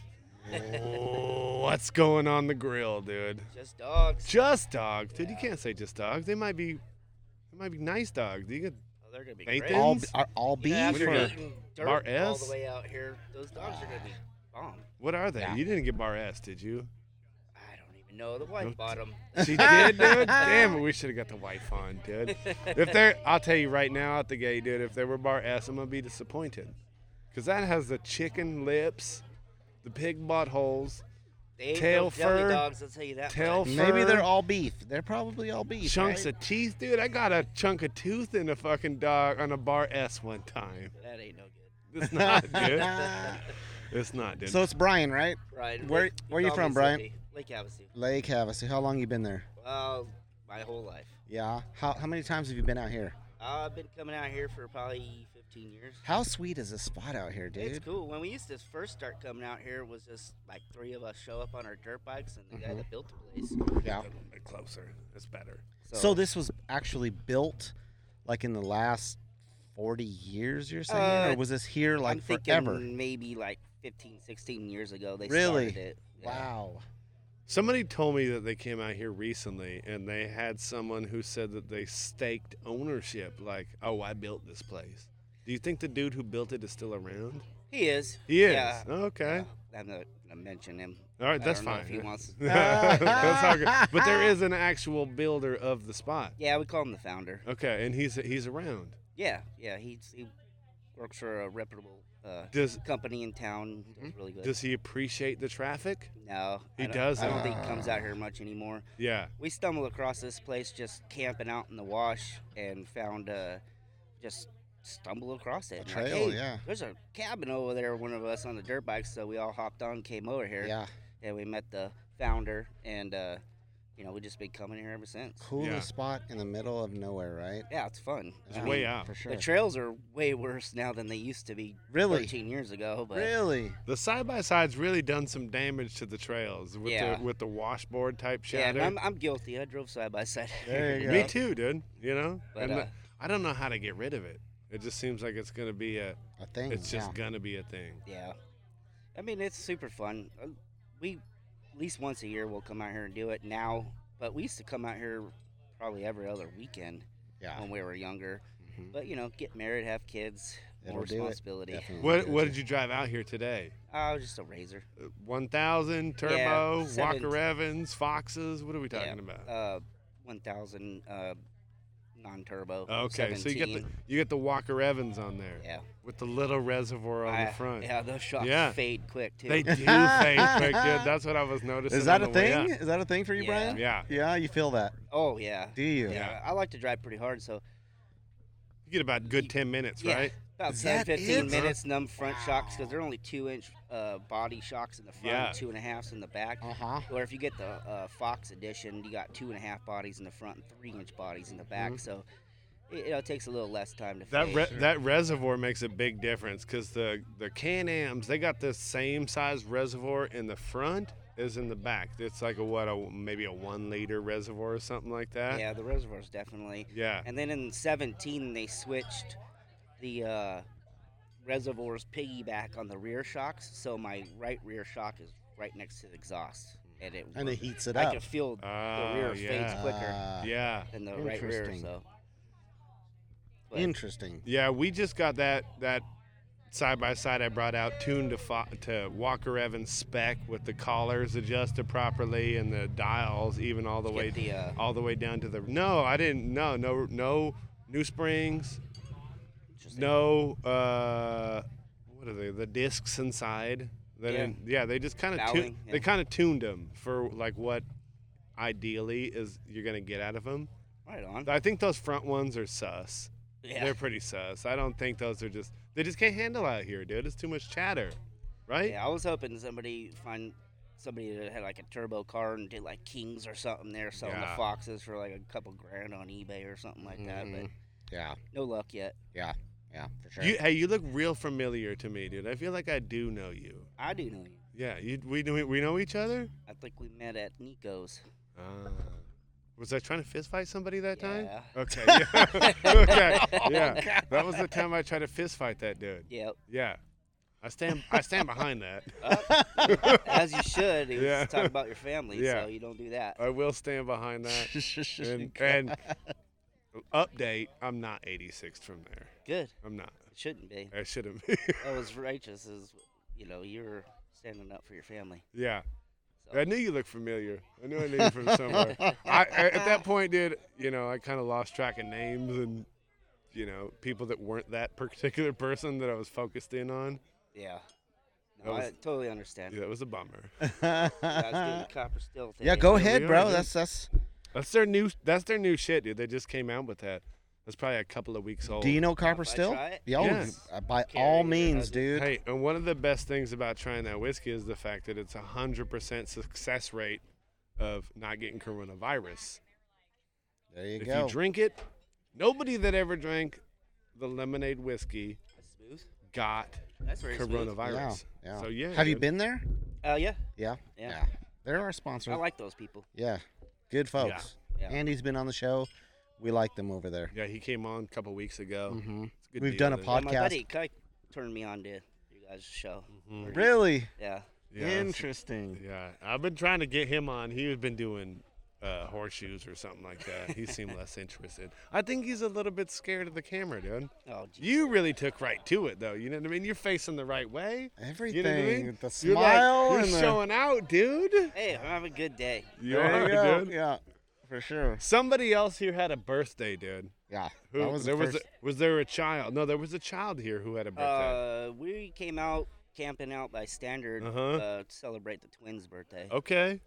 S1: Oh, what's going on the grill, dude?
S9: Just dogs.
S1: Just dogs, dude. You can't say just dogs. They might be, they might be nice dogs. You could,
S9: Oh, they're gonna be
S1: Ain't
S9: great.
S1: they?
S5: All
S1: Beans?
S5: are all beef.
S9: You know, after
S1: Or-
S9: eating dirt
S1: Bar
S9: all
S1: S?
S9: the way out here, those dogs are gonna be bomb.
S1: what are they?
S5: Yeah.
S1: You didn't get bar S, did you?
S9: I don't even know. The wife bought 'em.
S1: She did, dude. Damn it, we should have got the wife on, dude. If they're, I'll tell you right now, out the gate, dude. If they were bar S, I'm gonna be disappointed, cause that has the chicken lips, the pig buttholes,
S9: They ain't
S1: Tail
S9: no deli
S1: fur,
S9: dogs. I'll tell you that.
S1: tail fur,
S5: Maybe they're all beef. They're probably all beef.
S1: chunks
S5: right?
S1: of teeth, dude. I got a chunk of tooth in a fucking dog on a bar S one time.
S9: much. That ain't no good.
S1: It's not, dude. it's not, dude.
S5: So it's Brian, right?
S9: Brian,
S5: Where-
S9: Lake-
S5: where you
S9: Dolby
S5: from, Brian?
S9: City, Lake Havasu.
S5: Lake Havasu. How long you been there?
S9: Well, my whole life.
S5: Yeah. How how many times have you been out here?
S9: I've been coming out here for probably 15 years.
S5: How sweet is this spot out here, dude?
S9: It's cool. When we used to first start coming out here, it was just like three of us show up on our dirt bikes and the
S5: Mm-hmm.
S9: guy that built the place.
S5: Yeah.
S1: a little bit closer. It's better.
S5: So this was actually built like in the last 40 years, you're saying?
S9: Uh,
S5: or was this here like
S9: I'm thinking
S5: forever?
S9: maybe like 15, 16 years ago they
S5: Really?
S9: started it. Yeah.
S5: Wow.
S1: Somebody told me that they came out here recently and they had someone who said that they staked ownership. Like, oh, I built this place. Do you think the dude who built it is still around?
S9: He is.
S1: He is.
S9: Yeah.
S1: Oh, okay.
S9: Yeah. I'm not gonna mention him.
S1: All right,
S9: I
S1: that's
S9: don't know
S1: fine.
S9: if he wants-
S1: That's all good. But there is an actual builder of the spot.
S9: Yeah, we call him the founder.
S1: Okay, and he's he's around.
S9: Yeah, yeah. He's he works for a reputable uh,
S1: Does
S9: company in town. Does really good.
S1: does he appreciate the traffic?
S9: no,
S1: he
S9: I don't-
S1: does
S9: I don't
S1: not.
S9: think he comes out here much anymore.
S1: Yeah.
S9: We stumbled across this place just camping out in the wash and found uh, just stumbled across it.
S5: A
S9: And like,
S5: trail,
S9: "Hey,
S5: yeah.
S9: There's a cabin over there. One of us on the dirt bike, so we all hopped on, came over here,
S5: Yeah.
S9: and we met the founder. And uh, you know, we just been coming here ever since.
S5: Coolest
S1: Yeah.
S5: spot in the middle of nowhere, right?
S9: Yeah, it's fun.
S1: It's
S9: I
S1: way
S9: mean,
S1: out.
S5: For sure.
S9: The trails are way worse now than they used to be.
S5: Really?
S9: 13 years ago, but
S5: Really?
S1: The side by side's really done some damage to the trails with
S9: Yeah.
S1: the with the washboard type
S9: yeah, and
S1: shatter.
S9: I'm, I'm guilty. I drove side by side.
S5: There you go.
S1: Me too, dude. You know,
S9: But,
S1: and
S9: uh,
S1: the- I don't know how to get rid of it. It just seems like it's gonna be a.
S5: A
S9: Mm,
S5: thing.
S1: It's just
S5: yeah.
S1: gonna be a thing.
S9: Yeah. I mean, it's super fun. Uh, We, at least once a year, we'll come out here and do it now. But we used to come out here probably every other weekend
S5: Yeah.
S9: when we were younger.
S5: Mhm.
S9: But, you know, get married, have kids,
S5: It'll
S9: more
S5: do it.
S9: responsibility.
S5: Definitely
S1: What
S5: do
S1: What
S5: it.
S1: did you drive out here today?
S9: Oh, just a razor.
S1: One thousand turbo,
S9: seven-
S1: Walker Evans, Foxes. What are we
S9: Yeah,
S1: talking about?
S9: Uh, 1,000 uh, non turbo.
S1: okay, so you get the you get the Walker Evans on there
S9: uh, Yeah.
S1: with the little reservoir on
S9: I-
S1: the front.
S9: Yeah, those shocks
S1: Yeah.
S9: fade quick, too.
S1: They do fade quick, dude. That's what I was noticing.
S5: Is that
S1: on
S5: a
S1: the way
S5: thing? Is that a thing for you,
S9: Yeah.
S1: up.
S5: Brian?
S1: Yeah,
S5: Yeah, you feel that.
S9: oh, yeah.
S5: Do you?
S9: Yeah, I like to drive pretty hard, so
S1: you get about good ten minutes,
S9: Yeah.
S1: right?
S9: About
S5: Is
S9: 10,
S5: that
S9: 15
S5: it?
S9: minutes, and them front shocks, because they're only two inch uh, body shocks in the front,
S1: Yeah. Uh-huh.
S9: two and a halfs in the back.
S5: Uh huh.
S9: Or if you get the uh, Fox edition, you got two and a half bodies in the front and three inch bodies in the back. So it, you know, it takes a little less time to
S1: Mm-hmm. That
S9: fade.
S1: re- that reservoir makes a big difference because the the Can Am's they got the same size reservoir in the front as in the back. It's like a what a maybe a one liter reservoir or something like that.
S9: yeah, the reservoirs definitely.
S1: Yeah.
S9: And then in 17, they switched the uh, reservoirs piggyback on the rear shocks, so my right rear shock is right next to the exhaust, and it
S5: And it heats it
S9: I
S5: up.
S9: can feel
S1: Ah,
S9: the rear
S1: yeah.
S9: fades quicker.
S5: Ah,
S1: yeah.
S9: than the right rear.
S5: Interesting.
S9: So But-
S5: Interesting.
S1: Yeah, we just got that that side by side I brought out tuned to fo- to Walker Evans spec with the collars adjusted properly and the dials even all the
S9: Get
S1: way
S9: the, uh,
S1: all the way down to the No, I didn't. No, no no new springs.
S9: interesting.
S1: No uh what are they? The discs inside. They
S9: Yeah.
S1: didn't, yeah, they just kind of
S9: Bowling, yeah.
S1: they kind of tuned them for like what ideally is you're going to get out of them.
S9: right on.
S1: I think those front ones are sus.
S9: yeah.
S1: They're pretty sus. I don't think those are just. They just can't handle out here, dude. It's too much chatter, right?
S9: yeah, I was hoping somebody find somebody that had like a turbo car and did like Kings or something there selling
S1: Yeah.
S9: the Foxes for like a couple grand on eBay or something like that, but
S1: Mm-hmm.
S5: Yeah.
S9: no luck yet.
S5: Yeah. For sure.
S1: You, hey, you look real familiar to me, dude. I feel like I do know you.
S9: I do know you.
S1: Yeah, you, we do. We know each other.
S9: I think we met at Nico's.
S1: Uh, was I trying to fist fight somebody that time?
S9: Yeah. Oh,
S1: Okay. Yeah. okay. Yeah. That was the time I tried to fist fight that dude.
S9: Yep.
S1: Yeah. I stand. I stand behind that.
S9: As you should. He was
S1: Yeah.
S9: talking about your family,
S1: Yeah.
S9: so you don't do that.
S1: I will stand behind that. And, and update. I'm not 86 from there.
S9: Good.
S1: I'm not.
S9: It shouldn't be.
S1: I shouldn't be.
S9: That was righteous as you know, you're standing up for your family.
S1: yeah.
S9: So.
S1: I knew you looked familiar. I knew I knew you from somewhere. I, I, at that point, dude, you know, I kind of lost track of names and, you know, people that weren't that particular person that I was focused in on.
S9: Yeah.
S1: That
S9: No, I
S1: was-
S9: totally understand.
S1: Yeah, that was a bummer.
S9: I was doing the copper still thing.
S5: yeah. Go
S1: we
S5: ahead,
S1: are,
S5: bro.
S1: dude.
S5: That's that's.
S1: That's their new. That's their new shit, dude. They just came out with that. That's probably a couple of weeks old.
S5: Do you know
S9: Can Oh, I
S5: Copper Still?
S9: try it?
S5: Yeah, oh,
S1: Yes.
S5: uh, by
S9: Carry
S5: all
S9: it,
S5: means,
S9: how's it-
S5: dude.
S1: Hey, and one of the best things about trying that whiskey is the fact that it's a hundred percent success rate of not getting coronavirus.
S5: there you
S1: if
S5: go.
S1: you drink it, nobody that ever drank the lemonade whiskey
S9: That's smooth.
S1: got
S9: That's very smooth.
S1: coronavirus.
S5: yeah, yeah.
S1: So yeah.
S5: Have you
S1: dude.
S5: been there?
S9: Uh, yeah.
S5: Yeah.
S9: Yeah.
S5: They're our sponsor.
S9: I like those people.
S5: yeah. Good folks.
S9: Yeah.
S5: Andy's been on the show. We like them over there.
S1: Yeah, he came on a couple weeks ago.
S5: hmm
S1: It's a good
S5: We've
S1: deal,
S5: done a
S1: dude.
S9: Yeah,
S5: pod-
S9: my
S5: Podcast.
S9: buddy Kike turned me on to you guys' show.
S1: Mhm.
S5: Really
S9: Yeah.
S1: Yeah, it's-
S5: interesting.
S1: yeah, I've been trying to get him on. He's been doing uh, horseshoes or something like that. He seemed less interested. I think he's a little bit scared of the camera, dude.
S9: Oh, geez.
S1: You really took right to it, though. You know what I mean? You're facing the right way. You
S5: Everything.
S1: know what I mean?
S5: The
S1: You're like,
S5: smile
S1: you're
S5: and the.
S1: showing out, dude.
S9: Hey, I'm having a good day.
S1: You
S5: There
S1: are,
S5: you go.
S1: dude.
S5: Yeah. for sure.
S1: Somebody else here had a birthday, dude.
S5: Yeah,
S1: Who
S5: that was
S1: there
S5: the
S1: was
S5: first.
S1: a, was there a child? No, there was a child here who had a birthday.
S9: Uh, we came out camping out by standard
S1: Uh-huh. Oh.
S9: uh, to celebrate the twins' birthday.
S1: okay,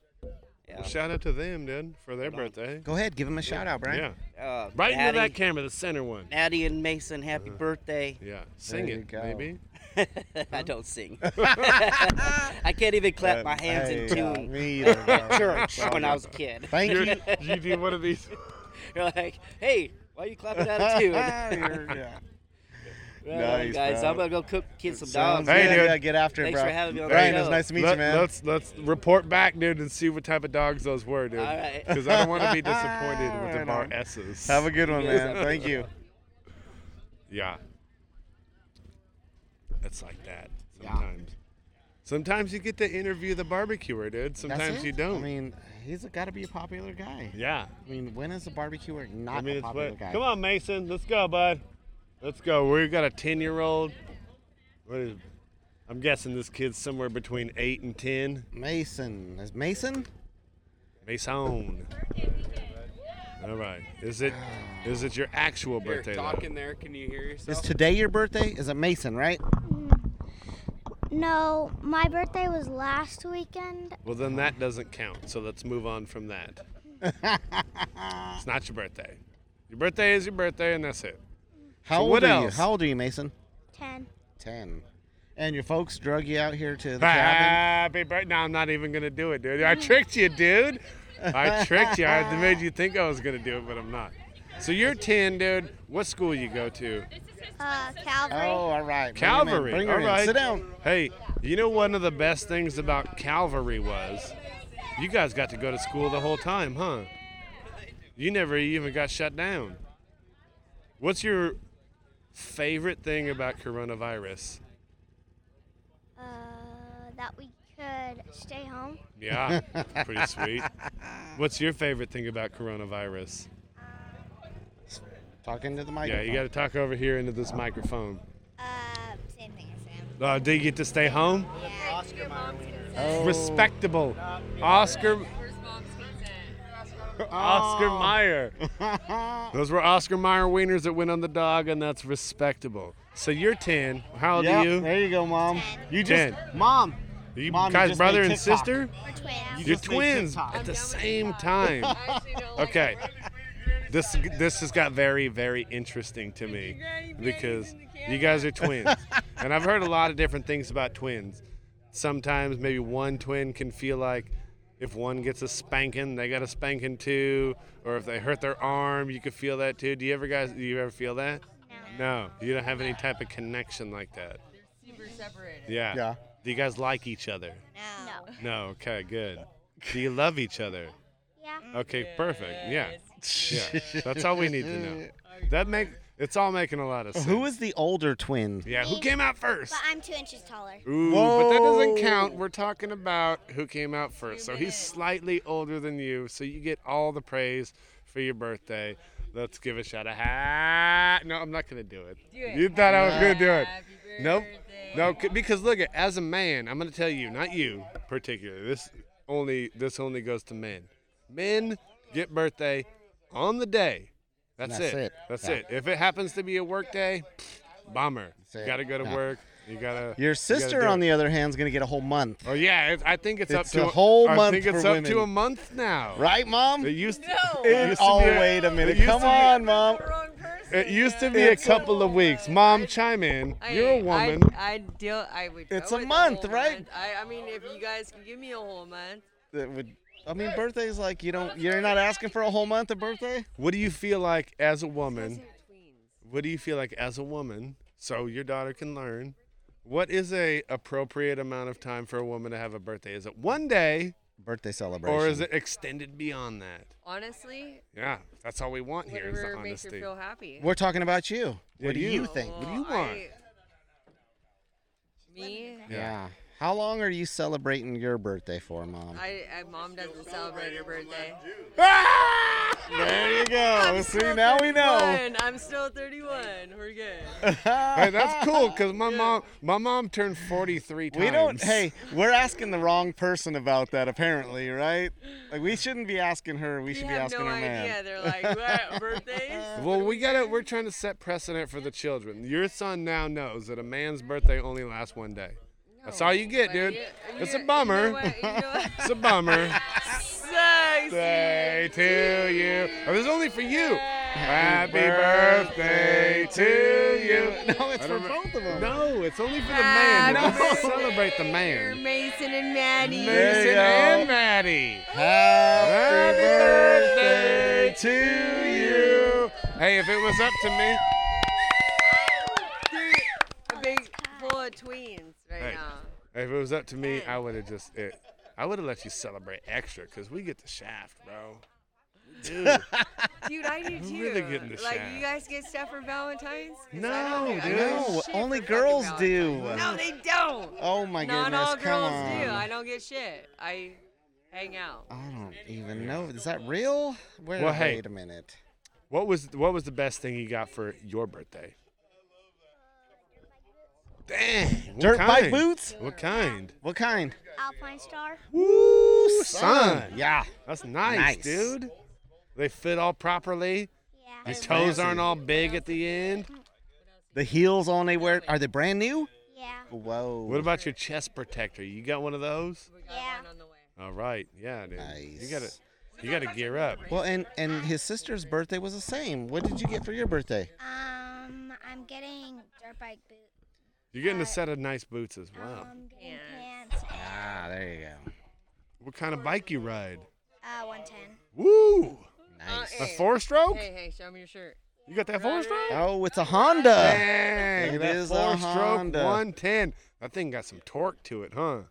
S9: Yeah.
S1: shout out to them, dude, for their birthday.
S5: Go ahead, give him a shout out, Brian.
S1: Yeah,
S9: Uh,
S1: right into
S9: Maddie-
S1: that camera, the center one.
S9: Maddie and Mason, happy
S5: Uh-huh.
S9: birthday.
S1: Yeah, sing
S5: you
S1: it,
S5: go.
S1: maybe.
S9: I don't sing. I can't even clap my hands in
S5: Hey, uh,
S9: tune
S5: me either,
S9: at
S5: bro.
S9: church when I was a kid.
S5: Thank
S1: You're,
S5: you.
S1: you do one of these.
S9: You're like, hey, why you clapping out of tune?
S5: You're- yeah.
S9: Well,
S5: Nice,
S9: guys,
S5: bro.
S9: I'm gonna go cook kids some dogs.
S5: Sounds
S1: Hey,
S5: good.
S1: dude.
S5: Yeah, get after it,
S9: Thanks
S5: bro.
S9: for having me on the
S5: Brian, it's
S9: show.
S5: nice to meet
S1: Let,
S5: you, man.
S1: us let's report back, dude, and see what type of dogs those were, dude.
S9: All right.
S1: Because I don't want to be disappointed with the
S5: Right
S1: bar
S5: on.
S1: S's.
S5: Have a good one,
S9: Yes,
S5: man. Thank you.
S1: Yeah. It's like that sometimes. Sometimes you get to interview the barbecuer, dude.
S5: That's
S1: Sometimes
S5: it?
S1: you don't.
S5: I mean, he's got to be a popular guy.
S1: yeah.
S5: I mean, when is a barbecuer not
S1: I mean,
S5: a
S1: it's
S5: popular
S1: what.
S5: guy?
S1: Come on, Mason. Let's go, bud. Let's go. We've got a 10 year old. What is. I'm guessing this kid's somewhere between 8 and 10.
S5: Mason. Is Mason?
S1: Mason. All right. Is it is it your actual
S4: You're
S1: birthday? though?
S4: talking there. Can you hear
S5: Is
S4: yourself?
S5: today your birthday? Is it Mason, right?
S10: No, my birthday was last weekend.
S1: Well, then that doesn't count. So let's move on from that. it's not your birthday. Your birthday is your birthday, and that's it.
S5: How
S1: So
S5: old
S1: what
S5: are
S1: else?
S5: you? How old are you, Mason?
S10: 10.
S5: 10. And your folks drug you out here to the cabin?
S1: Happy birthday. No, I'm not even going to do it, dude. I tricked you, dude. I tricked you. I made you think I was going to do it, but I'm not. So you're 10, dude. What school you go to?
S10: Uh, Calvary.
S5: Oh, all right. Bring 'em in,
S1: Calvary.
S5: Bring her
S1: All
S5: in.
S1: right.
S5: Sit down.
S1: Hey, you know one of the best things about Calvary was you guys got to go to school the whole time, huh? You never even got shut down. What's your favorite thing about coronavirus?
S10: Uh, that we could stay home.
S1: Yeah, it's pretty sweet. What's your favorite thing about coronavirus?
S5: Talking to the
S1: Yeah,
S5: microphone.
S1: you got to talk over here into this microphone.
S10: Uh, same thing
S2: Oh.
S10: as Sam.
S1: Uh, do you get to stay home?
S5: Oh.
S1: Respectable. Oscar. Oscar
S5: Oh.
S1: Meyer. Those were Oscar Meyer wieners that went on the dog, and that's respectable. So you're 10. How old
S5: Yep,
S1: are you?
S5: There you go, mom. You just,
S1: 10.
S5: mom.
S1: Are you
S5: Mom, you
S1: guys
S5: just
S1: brother
S5: made
S1: and
S5: TikTok.
S1: sister?
S10: We're twins.
S1: You're
S5: just made
S1: twins
S5: TikTok.
S1: at the same time.
S2: Oh.
S1: Okay. This this has got very very interesting to me because you guys are twins, and I've heard a lot of different things about twins. Sometimes maybe one twin can feel like if one gets a spanking, they got a spanking too, or if they hurt their arm, you could feel that too. Do you ever guys do you ever feel that? No, you don't have any type of connection like that. Yeah.
S5: Yeah.
S1: Do you guys like each other?
S10: No.
S1: No. Okay. Good. Do you love each other?
S10: Yeah.
S1: Okay, perfect. Yeah. Yeah. That's all we need to know. That make it's all making a lot of sense.
S5: Who is the older twin?
S1: Yeah, who came out first?
S10: But I'm two inches taller.
S1: Ooh, but that doesn't count. We're talking about who came out first. So he's slightly older than you, so you get all the praise for your birthday. Let's give a shout a hat. No, I'm not gonna do it. You thought I was gonna do it. Nope. No, c- because look, at as a man, I'm gonna tell you, not you particularly. This only this only goes to men. Men get birthday on the day. That's,
S5: That's
S1: it.
S5: it.
S1: That's
S5: Yeah.
S1: it. If it happens to be a work day, bummer.
S5: That's it.
S1: You gotta go to
S5: Yeah.
S1: work. You gotta.
S5: Your
S1: you
S5: sister,
S1: gotta do
S5: on
S1: it.
S5: the other hand, is going to get a whole month.
S1: Oh yeah, it, I think it's, up
S5: It's
S1: to
S5: a whole
S1: I
S5: month
S1: think it's
S5: for
S1: up
S5: women.
S1: to a month now.
S5: Right, mom?
S1: It used to.
S2: No.
S1: It used to
S5: oh,
S1: be a-
S5: wait a
S1: it
S5: minute.
S1: used
S5: Come
S1: to be-
S5: on, mom.
S2: Wrong person.
S1: It used to be a
S2: It's
S1: couple of
S2: whole
S1: weeks.
S2: month.
S1: Mom, chime in.
S2: I-
S1: You're a woman.
S2: I, I deal. I would. go
S5: It's a
S2: with
S5: month,
S2: whole
S5: right?
S2: month. I, I mean, if you guys can give me a whole month,
S5: That would- I mean, birthday's like you don't. You're not asking for a whole month of birthday.
S1: What do you feel like as a woman?
S2: tweens.
S1: What do you feel like as a woman? So your daughter can learn. What is a appropriate amount of time for a woman to have a birthday? Is it one day,
S5: Birthday celebration.
S1: or is it extended beyond that?
S2: Honestly,
S1: Yeah, that's all we want here is the
S2: whatever makes her
S1: honesty.
S2: feel happy.
S5: We're talking about you.
S1: Yeah,
S5: what do
S1: you.
S5: you, think?
S1: What do you
S2: Well,
S1: want?
S2: I- me?
S5: Yeah. How long are you celebrating your birthday for, Mom?
S2: I, I mom doesn't celebrate her birthday.
S5: There you go.
S2: I'm
S5: See,
S2: still
S5: now we know.
S2: 31. I'm still 31. We're good.
S1: Hey, that's cool because my mom, my mom turned 43 times.
S5: We don't. Hey, we're asking the wrong person about that, apparently, right? Like we shouldn't be asking her. We
S2: We
S5: should be
S2: have
S5: asking
S2: no
S5: her
S2: idea.
S5: man.
S2: They're like, what, birthdays?
S1: Well, we gotta. We're trying to set precedent for the children. Your son now knows that a man's birthday only lasts one day. That's all you get,
S2: But
S1: dude.
S2: you-
S1: It's
S2: you-
S1: a bummer.
S2: You know what? You know
S1: It's a bummer.
S2: what? Sucks.
S1: Day to you. Oh, this is only for you. Happy birthday to you.
S5: No, it's
S1: I
S5: for
S1: don't re-
S5: both of them.
S1: No, it's only for the man.
S2: Happy
S1: No.
S2: birthday,
S1: Celebrate the man.
S2: Mason and Maddie.
S1: Mason
S5: go.
S1: and Maddie.
S5: Happy
S1: Happy
S5: birthday
S1: birthday
S5: to you.
S1: you. Hey, if it was up to me,
S2: They're a big full of tweens right
S1: Hey.
S2: now.
S1: if it was up to me, I would have just it. I would have let you celebrate extra because we get the shaft, bro. Dude.
S2: Dude, I do too.
S1: really getting the
S2: like,
S1: shaft.
S2: you guys get stuff for Valentine's? 'Cause I
S1: No,
S2: don't do- I
S1: dude.
S2: don't
S5: No,
S2: get shit
S5: only
S2: for
S5: girls
S2: fucking
S5: do.
S2: Valentine's. No, they don't.
S5: Oh my
S2: Not
S5: goodness!
S2: all
S5: come
S2: girls
S5: on.
S2: do. I don't get shit. I hang out.
S5: I don't even know. Is that real? Wait,
S1: Well, hey.
S5: wait a minute.
S1: What was what was the best thing you got for your birthday? Dang. what
S5: Dirt bike
S1: kind?
S5: boots?
S1: What kind?
S5: What kind?
S10: Alpine Star.
S1: Woo,
S5: son. Yeah.
S1: That's nice,
S5: Nice.
S1: dude. They fit all properly.
S10: Yeah.
S1: Your
S5: That's
S1: toes
S5: fancy.
S1: aren't all big at the end.
S5: The heels on they wear are they brand new?
S10: Yeah.
S5: Whoa.
S1: What about your chest protector? You got one of those?
S2: We got
S10: Yeah.
S2: one on the way.
S1: All right. Yeah, dude. You
S5: Nice.
S1: gotta you gotta gear up.
S5: Well, and and his sister's birthday was the same. What did you get for your birthday?
S10: Um, I'm getting dirt bike boots.
S1: You're getting a set of nice boots as well.
S2: Uh-huh.
S10: I'm getting
S2: Pants.
S10: pants.
S5: Ah, there you go.
S1: What kind of bike you ride?
S10: Uh, 110.
S1: Woo!
S5: Nice.
S1: A four stroke?
S2: Hey, hey, show me your shirt.
S1: You got that four stroke?
S5: Oh, it's a Honda.
S1: Dang,
S5: It
S1: that
S5: is a
S1: four stroke
S5: Honda.
S1: 110. That thing got some torque to it, huh?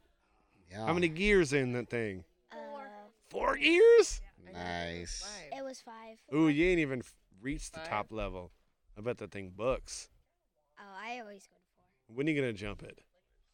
S5: Yeah.
S1: How many gears in that thing?
S10: Uh,
S1: Four gears?
S5: Nice.
S10: it was five.
S1: Ooh, you ain't even f- reached the top level. I bet that thing books.
S10: Oh, I always go to
S1: When are you gonna jump it?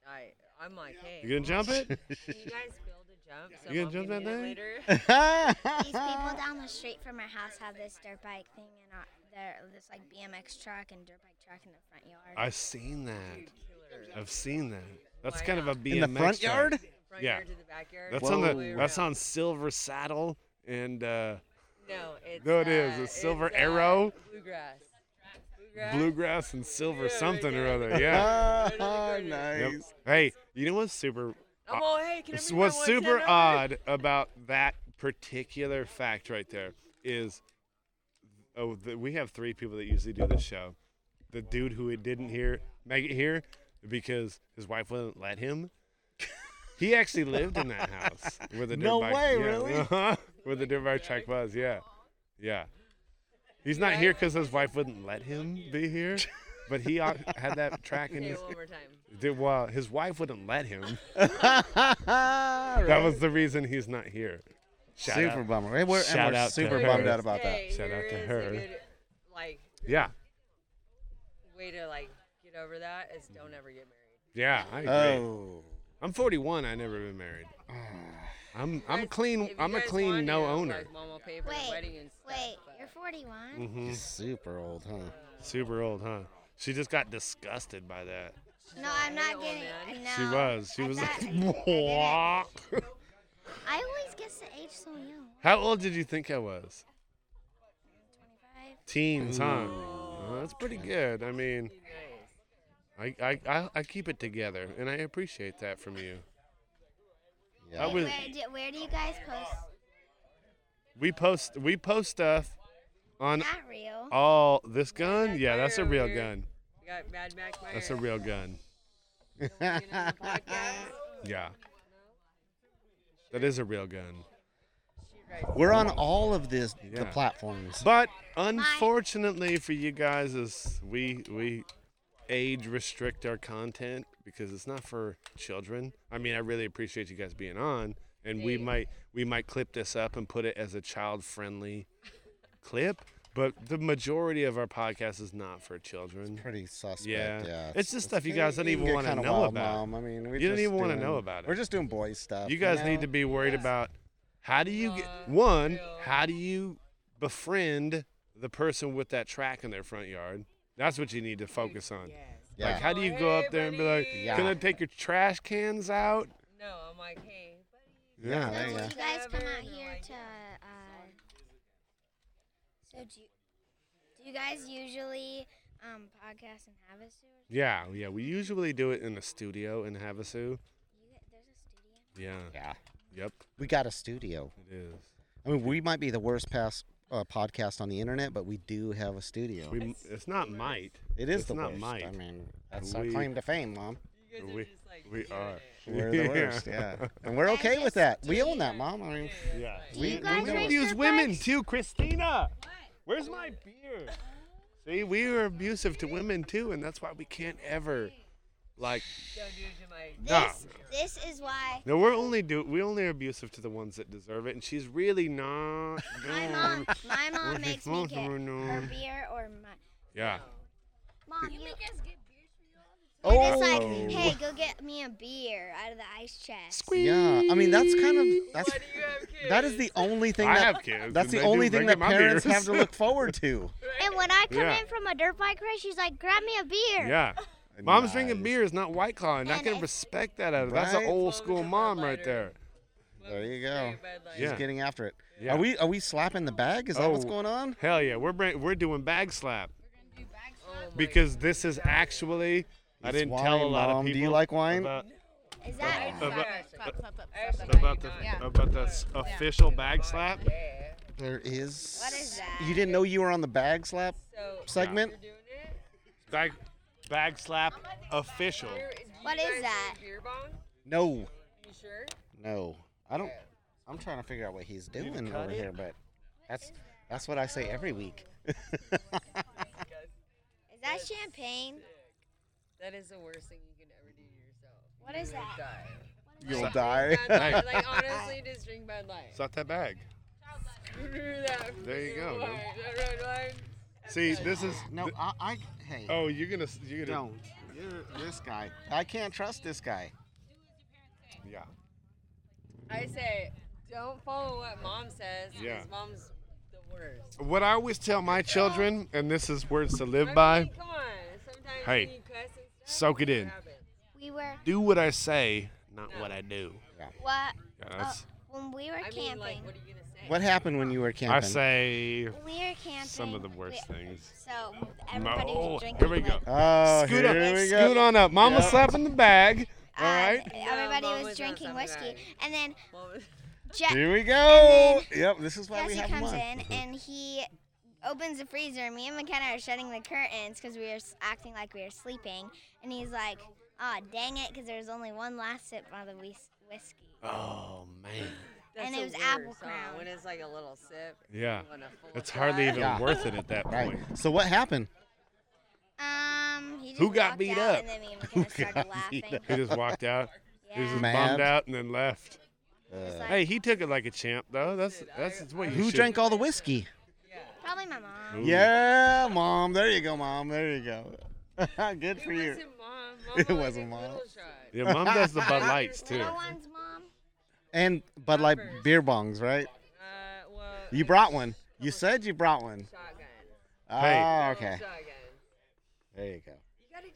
S2: I, I'm like, hey.
S1: You gonna jump it?
S2: Can you guys build a jump? So
S1: You gonna
S2: Mom
S1: jump that
S2: can get it
S1: thing?
S2: Later?
S10: four. These people down the street from our house have this dirt bike thing and uh, their this like BMX truck and dirt bike truck in the front yard.
S1: I've seen that. I've seen that. That's kind of a BMX
S5: In the front
S1: track.
S5: yard?
S2: Front
S1: Yeah.
S2: yard to the backyard.
S1: That's
S2: all
S1: on
S2: the
S1: the.
S2: way
S1: That's
S2: around.
S1: on Silver Saddle and uh,
S2: No, it's
S1: No, it is.
S2: uh,
S1: It's Silver
S2: uh,
S1: Arrow.
S2: bluegrass. Bluegrass.
S1: bluegrass and silver
S2: Yeah,
S1: something or
S2: yeah.
S1: other. Yeah.
S5: Ah,
S1: Yep.
S5: nice.
S1: Hey, you know what's super
S2: I'm all, hey, can I
S1: S-
S2: bring my
S1: what's super uh,
S2: 110 over?"
S1: odd about that particular fact right there is oh the, we have three people that usually do this show the dude who it didn't hear make it here because his wife wouldn't let him he actually lived in that house where the dirt
S5: No
S1: bike,
S5: way,
S1: yeah,
S5: really?
S1: uh-huh, where the dirt bike track was yeah yeah he's not here because his wife wouldn't let him be here but he uh, had that track in
S2: Say
S1: his
S2: it one more time.
S1: did- well his wife wouldn't let him that was the reason he's not here. Shout out.
S5: Ah, super bummer. Hey, we're,
S1: Shout
S5: and we're
S1: out to
S5: super
S1: her.
S5: bummed out about that.
S2: Hey,
S1: Shout out
S2: here
S1: to
S2: is a
S1: her.
S2: good, like
S1: Yeah,
S2: way to like get over that is don't ever get married.
S1: yeah, I agree.
S5: Oh. Ah.
S1: I'm 41. I never been married. I'm I'm
S2: Guys,
S1: clean.
S2: if you
S1: I'm a
S2: guys
S1: clean
S2: want
S1: no
S2: to,
S1: owner.
S2: Like, mom will pay for
S10: Wait,
S2: the wedding and stuff.
S10: Wait,
S2: but-
S10: you're 41?
S1: hmm
S5: He's super old, huh?
S1: Super old, huh? She just got disgusted by that.
S10: No, I'm not getting.
S2: man.
S10: No,
S1: She was. She
S10: I
S1: was
S10: thought- I
S1: like,
S10: didn't.
S1: "Wah."
S10: I always guess the age so young.
S1: How old did you think I was?
S10: 25.
S1: Teens, huh? Well, that's pretty good. I mean, I, I I I keep it together, and I appreciate that from you.
S5: Yeah.
S1: That was-
S10: Where do, where do you guys post?
S1: We post we post stuff on
S10: Not
S1: Oh,
S10: real.
S1: all this gun. Yeah, that's a
S2: Fire
S1: real
S2: over here.
S1: gun.
S2: We got Mad Max. Meyer.
S1: That's a real gun.
S2: podcast.
S1: Yeah. That is a real gun.
S5: We're on all of this the
S1: Yeah.
S5: platforms.
S1: But unfortunately for you guys is we we age restrict our content because it's not for children. I mean, I really appreciate you guys being on and we might we might clip this up and put it as a child-friendly clip, But the majority of our podcast is not for children.
S5: Pretty suspect.
S1: Yeah.
S5: Yeah.
S1: It's just stuff you guys don't
S5: can
S1: even
S5: get
S1: wanna
S5: kinda
S1: know
S5: wild,
S1: about.
S5: Mom. I mean, we're
S1: You don't
S5: just
S1: even wanna
S5: doing-
S1: know about it.
S5: We're just doing boy stuff.
S1: You guys
S5: know?
S1: need to be worried about how do you get one? How do you befriend the person with that track in their front yard? That's what you need to focus on.
S5: Yeah.
S1: Like, how do you go up there and be like,
S2: Everybody.
S1: "Can
S5: Yeah.
S1: I take your trash cans out?"
S2: No, I'm like, hey, buddy.
S5: Yeah, there
S10: So
S5: you
S10: do
S5: go.
S10: you guys come
S2: Seven
S10: out
S2: or
S10: here
S2: like-
S10: to? Uh, so do you, do you guys usually um, podcast and have a sewer?
S1: Yeah, yeah. We usually do it in a studio in Havasu.
S10: You get, there's a studio.
S1: Yeah.
S5: Yeah.
S1: Yep.
S5: We got a studio.
S1: It is.
S5: I mean, we might be the worst past uh, podcast on the internet, but we do have a studio.
S1: We, it's not might.
S5: it is
S1: it's
S5: the
S1: not
S5: worst.
S1: might.
S5: I mean, that's our
S1: We-
S5: claim to fame, Mom.
S2: You guys are
S1: We-
S2: just like,
S1: we
S2: doing
S1: are.
S2: it.
S5: We're the
S1: Yeah.
S5: worst. Yeah. And we're okay with that. We own that, Mom. I mean,
S1: Yeah.
S10: Do
S5: We-
S10: you
S5: we
S10: guys
S5: don't
S10: raise
S1: Abuse
S10: dirt
S1: women
S10: bikes?
S1: too, Christina. Where's my beer? See, we were abusive to women too, and that's why we can't ever, like,
S2: Don't do it to my.
S1: nah.
S10: This, this is why
S1: No, we're only do we only are abusive to the ones that deserve it, and she's really not.
S10: my
S1: doing-
S10: mom, my
S1: Mm. Where's
S10: mom makes me
S1: your
S10: get
S1: phone,
S10: her
S1: Bruno?
S10: beer or my
S1: Yeah.
S10: mom. You,
S5: oh,
S10: it's like, hey, go get me a beer out of the ice chest.
S5: yeah. I mean, that's kind of that's
S2: Why do you have kids?
S5: that is the only thing
S1: I
S5: that
S1: have kids.
S5: that's
S1: and
S5: the
S1: they
S5: only
S1: do- they
S5: thing
S1: get
S5: that
S1: my
S5: parents
S1: beers.
S5: have to look forward to.
S10: And when I come
S1: Yeah.
S10: in from a dirt bike race, she's like, grab me a beer.
S1: Yeah. Mom's drinking
S5: Nice.
S1: beers, not White Claw, and I
S10: And
S1: can
S10: it's-
S1: respect that out of That's an
S5: Right?
S1: old school
S2: Welcome to
S1: mom
S2: Bud
S1: right
S2: Lighter.
S1: there.
S5: There you go.
S1: Yeah.
S2: Yeah.
S5: She's getting after it.
S1: Yeah.
S5: Are we are we slapping the bag? Is that what's
S1: Oh.
S5: going on?
S1: Hell yeah, we're bring, we're doing bag slap
S2: Oh my
S1: because this is actually I
S5: It's
S1: didn't tell a
S5: wine,
S1: lot
S5: Mom.
S1: of
S5: Do you
S1: people.
S5: like wine?
S1: About,
S10: Is that
S1: About- about
S2: about
S1: the
S2: the- Yeah.
S1: about the s- official bag slap.
S2: Yeah.
S5: There is.
S10: what is that?
S5: You didn't know you were on the bag slap
S2: So
S5: segment?
S2: you're doing it.
S1: Bag bag slap official.
S2: You're- do you
S10: What is
S2: guys do
S10: that?
S2: Beer bong?
S5: No,
S2: You sure?
S5: no. I don't. I'm trying to figure out what he's doing over here, but that's that's what I say every week.
S10: Is that champagne?
S2: That is the worst thing you can ever do to yourself.
S10: What is
S2: You'll
S10: that?
S2: die.
S5: You'll
S2: Like,
S5: die.
S2: Bud Light, like honestly, just drink Bud Light.
S1: Slap that bag.
S2: Screw that
S1: There you
S2: freaking
S1: go,
S2: wine,
S1: man.
S2: that red wine.
S1: See, this is
S5: No, I. I hey.
S1: Oh, you're gonna you're gonna
S5: No, you're this guy. I can't trust this guy.
S1: yeah.
S2: I say, don't follow what mom says. 'cause
S1: Yeah.
S2: Mom's the worst.
S1: What I always tell my children, and this is words to
S2: I
S1: live
S2: mean,
S1: by:
S2: Come on. Sometimes
S1: Hey,
S2: when you cuss and stuff,
S1: soak it
S2: what
S1: in.
S2: happens?
S10: We were
S1: do what I say, not what I do.
S10: what?
S1: Yeah,
S10: Uh,
S1: that's-
S10: when we were
S2: I
S10: camping,
S2: mean, like, what are you gonna say?
S5: What happened when you were camping?
S1: I say
S10: when we were camping.
S1: some of the worst things.
S10: So everybody
S1: Oh,
S10: was drinking.
S1: here we go.
S10: like-
S5: Oh,
S1: scoot
S5: here
S1: up,
S5: we go.
S1: scoot on up. Mama
S5: Yep.
S1: slapping the bag. All
S10: uh,
S1: right.
S10: Everybody
S2: Mom
S10: was
S2: was on
S10: drinking
S2: some
S10: whiskey,
S2: guy.
S10: and then
S2: Mom-
S10: Jack.
S5: Here we go. Yep, this is why we
S10: Jesse
S5: have
S10: comes
S5: him on.
S1: Oh,
S10: in and he opens the freezer. Me and McKenna are shutting the curtains because we were s- acting like we were sleeping. And he's like, "Ah, dang it, because there was only one last sip of the whis- whiskey."
S1: Oh man.
S2: That's
S10: And it
S2: the
S10: was apple
S2: worst, huh?
S10: crown.
S2: When it's like a little sip.
S1: Yeah.
S2: and a full
S1: It's
S2: shot.
S1: hardly even
S5: Yeah.
S1: worth it at that
S5: Right.
S1: point.
S5: So what happened?
S10: Um, he just
S1: Who got
S10: walked
S1: beat
S10: out,
S1: up?
S10: And then me and McKenna started
S5: got beat
S10: laughing.
S1: He just walked out. He was
S10: Yeah.
S1: just
S5: Mad.
S1: bummed out and then left.
S10: Just like-
S1: Hey, he took it like a champ though. That's that's, that's what you
S5: Who
S1: should-
S5: drank all the whiskey?
S10: Probably my mom.
S1: Ooh.
S5: Yeah, mom. There you go, mom. There you go. Good for
S2: It
S5: you.
S2: wasn't mom. Mom
S5: It
S2: only
S5: wasn't
S2: did
S5: mom.
S2: little shots.
S1: Yeah, mom does the Bud Lights too.
S10: Little one's mom.
S5: And Bud Light
S2: Rappers.
S5: beer bongs, right?
S2: Uh, well,
S5: You brought one. You said you brought one.
S2: shotgun.
S1: Hey.
S5: Oh,
S2: Little
S5: okay.
S2: Shotgun.
S5: There you go.
S2: You gotta do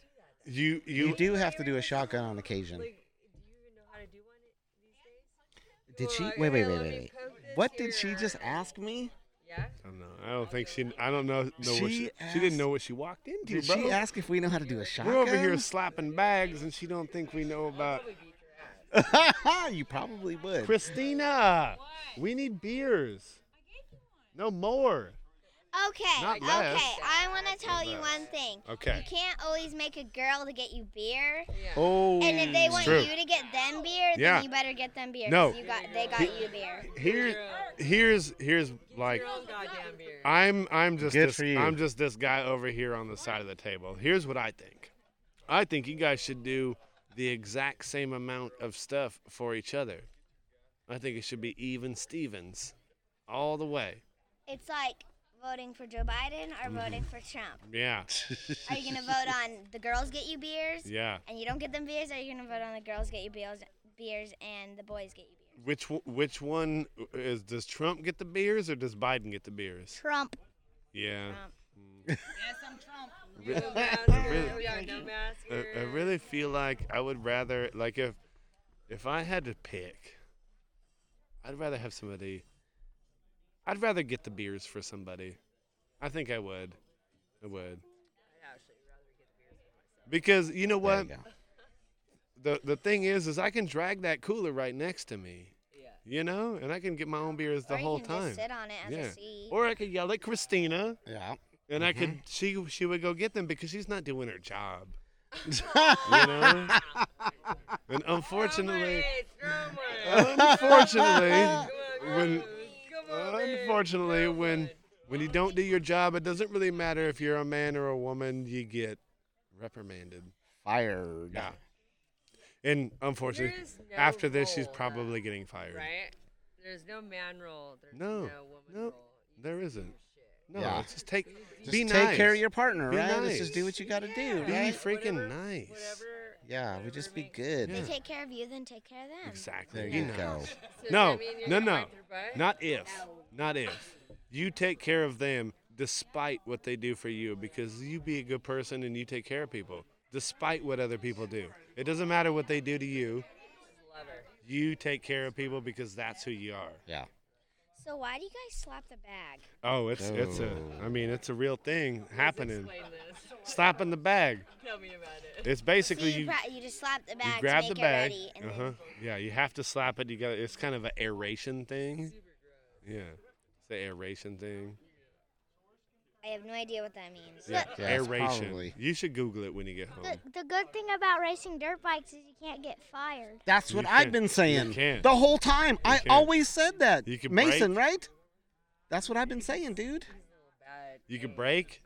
S2: that.
S1: You
S5: You
S1: you
S5: do have to do a shotgun on occasion.
S2: Like, do you even know how to do one these days?
S5: Did
S2: Well,
S5: she?
S2: like,
S5: Wait, wait,
S2: hey,
S5: wait,
S2: let
S5: wait,
S2: me
S5: wait.
S2: poke this
S5: What did she
S2: here.
S5: just ask me?
S2: Yeah.
S1: I don't know. I don't think she. I don't know. know what
S5: She
S1: she, she didn't
S5: asked-
S1: know what she walked into,
S5: Did
S1: bro.
S5: she ask if we know how to do a shotgun?
S1: We're over here slapping bags, and she don't think we know about
S5: you probably would.
S1: Christina. We need beers. No more.
S10: Okay,
S1: Not
S10: okay.
S1: less.
S10: I want to tell you
S1: less.
S10: one thing.
S1: Okay.
S10: You can't always make a girl to get you beer.
S2: Yeah.
S5: Oh.
S10: And if they want
S1: true.
S10: you to get them beer, then
S1: Yeah.
S10: you better get them beer.
S1: No.
S10: 'cause You got, they got you beer.
S1: Here's here's here's like
S2: Your own goddamn beer.
S1: I'm I'm just
S5: Good
S1: this,
S5: for you.
S1: I'm just this guy over here on the side of the table. Here's what I think. I think you guys should do the exact same amount of stuff for each other. I think it should be even Stevens all the way.
S10: It's like voting for Joe Biden or voting for Trump?
S1: Yeah.
S10: Are you gonna vote on the girls get you beers
S1: Yeah.
S10: and you don't get them beers, or are you gonna vote on the girls get you beers, beers and the boys get you beers?
S1: Which w- which one uh, is does Trump get the beers or does Biden get the beers?
S10: Trump.
S1: Yeah. Mm.
S10: Trump.
S2: Yes, I'm Trump. No mask. here, We are no mask.
S1: I, I
S2: here.
S1: Uh, really feel like I would rather like if if I had to pick, I'd rather have somebody. I'd rather get the beers for somebody. I think I would. I would. Because you know what? The the thing is, is I can drag that cooler right next to me.
S2: Yeah.
S1: You know, and I can get my own beers the
S10: or
S1: whole
S10: you can
S1: time.
S10: Just sit on it as
S1: yeah.
S10: a seat.
S1: Or I could yell at Christina,
S5: Yeah.
S1: and I could she
S5: Mm-hmm.
S1: she would go get them because she's not doing her job. you know. And unfortunately, Uh,
S2: Drum roll.
S1: unfortunately,
S2: Come on,
S1: when
S2: come on, babe.
S1: unfortunately
S2: Drum
S1: when
S2: roll.
S1: when you don't do your job, it doesn't really matter if you're a man or a woman. You get reprimanded.
S5: Fired.
S1: Yeah. And unfortunately,
S2: There is no
S1: after this, she's
S2: role, though,
S1: probably getting fired.
S2: Right? There's no man role. There's
S1: No,
S2: no, woman
S1: no,
S2: role. You
S1: There
S2: do
S1: isn't.
S2: Oh, shit.
S1: No,
S5: Yeah.
S1: it's just take.
S5: Just
S1: be
S5: take
S1: nice.
S5: care of your partner,
S1: Be
S5: right? Let's just do
S1: nice.
S5: what you got to do,
S1: Be
S2: Yeah,
S5: right?
S1: freaking
S2: whatever-
S1: nice.
S2: Whatever,
S5: Yeah, we
S2: whatever
S5: just be
S2: makes-
S5: good.
S1: Yeah.
S10: They take care of you, then take care of them.
S1: Exactly.
S5: There
S1: Be
S5: you
S1: nice.
S5: go.
S2: So does
S1: No,
S2: that mean you're
S1: no,
S2: gonna
S1: no.
S2: wipe their butt?
S1: Not if. Not if. You take care of them despite what they do for you because you be a good person and you take care of people despite what other people do. It doesn't matter what they do to you.
S2: Love her.
S1: You take care of people because that's who you are.
S5: Yeah.
S10: So why do you guys slap the bag?
S1: Oh, it's it's a I mean, it's a real thing happening.
S2: Explain this.
S1: Slap in the bag.
S2: Tell me about it.
S1: It's
S10: So
S1: basically
S10: you,
S1: you
S10: pra- you just slap the
S5: uh,
S10: bag
S1: you grab
S10: to
S1: the
S10: make
S1: bag.
S10: it ready, and
S1: Uh-huh. Yeah, you have to slap it. You got it's kind of an aeration thing. Yeah. It's an aeration thing.
S10: then I have no idea what that means.
S1: Yeah,
S5: Yeah, it's
S1: aeration.
S5: probably-
S1: You should Google it when you get home.
S8: The good thing about racing dirt bikes is you can't get fired.
S5: That's
S1: You
S5: what I've
S1: can't-
S5: been
S1: you
S5: saying
S1: can't.
S5: the whole time. I
S1: can't.
S5: always said that.
S1: You can
S5: Mason,
S1: break.
S5: right? That's what I've been saying, dude.
S2: Bad.
S1: You could break.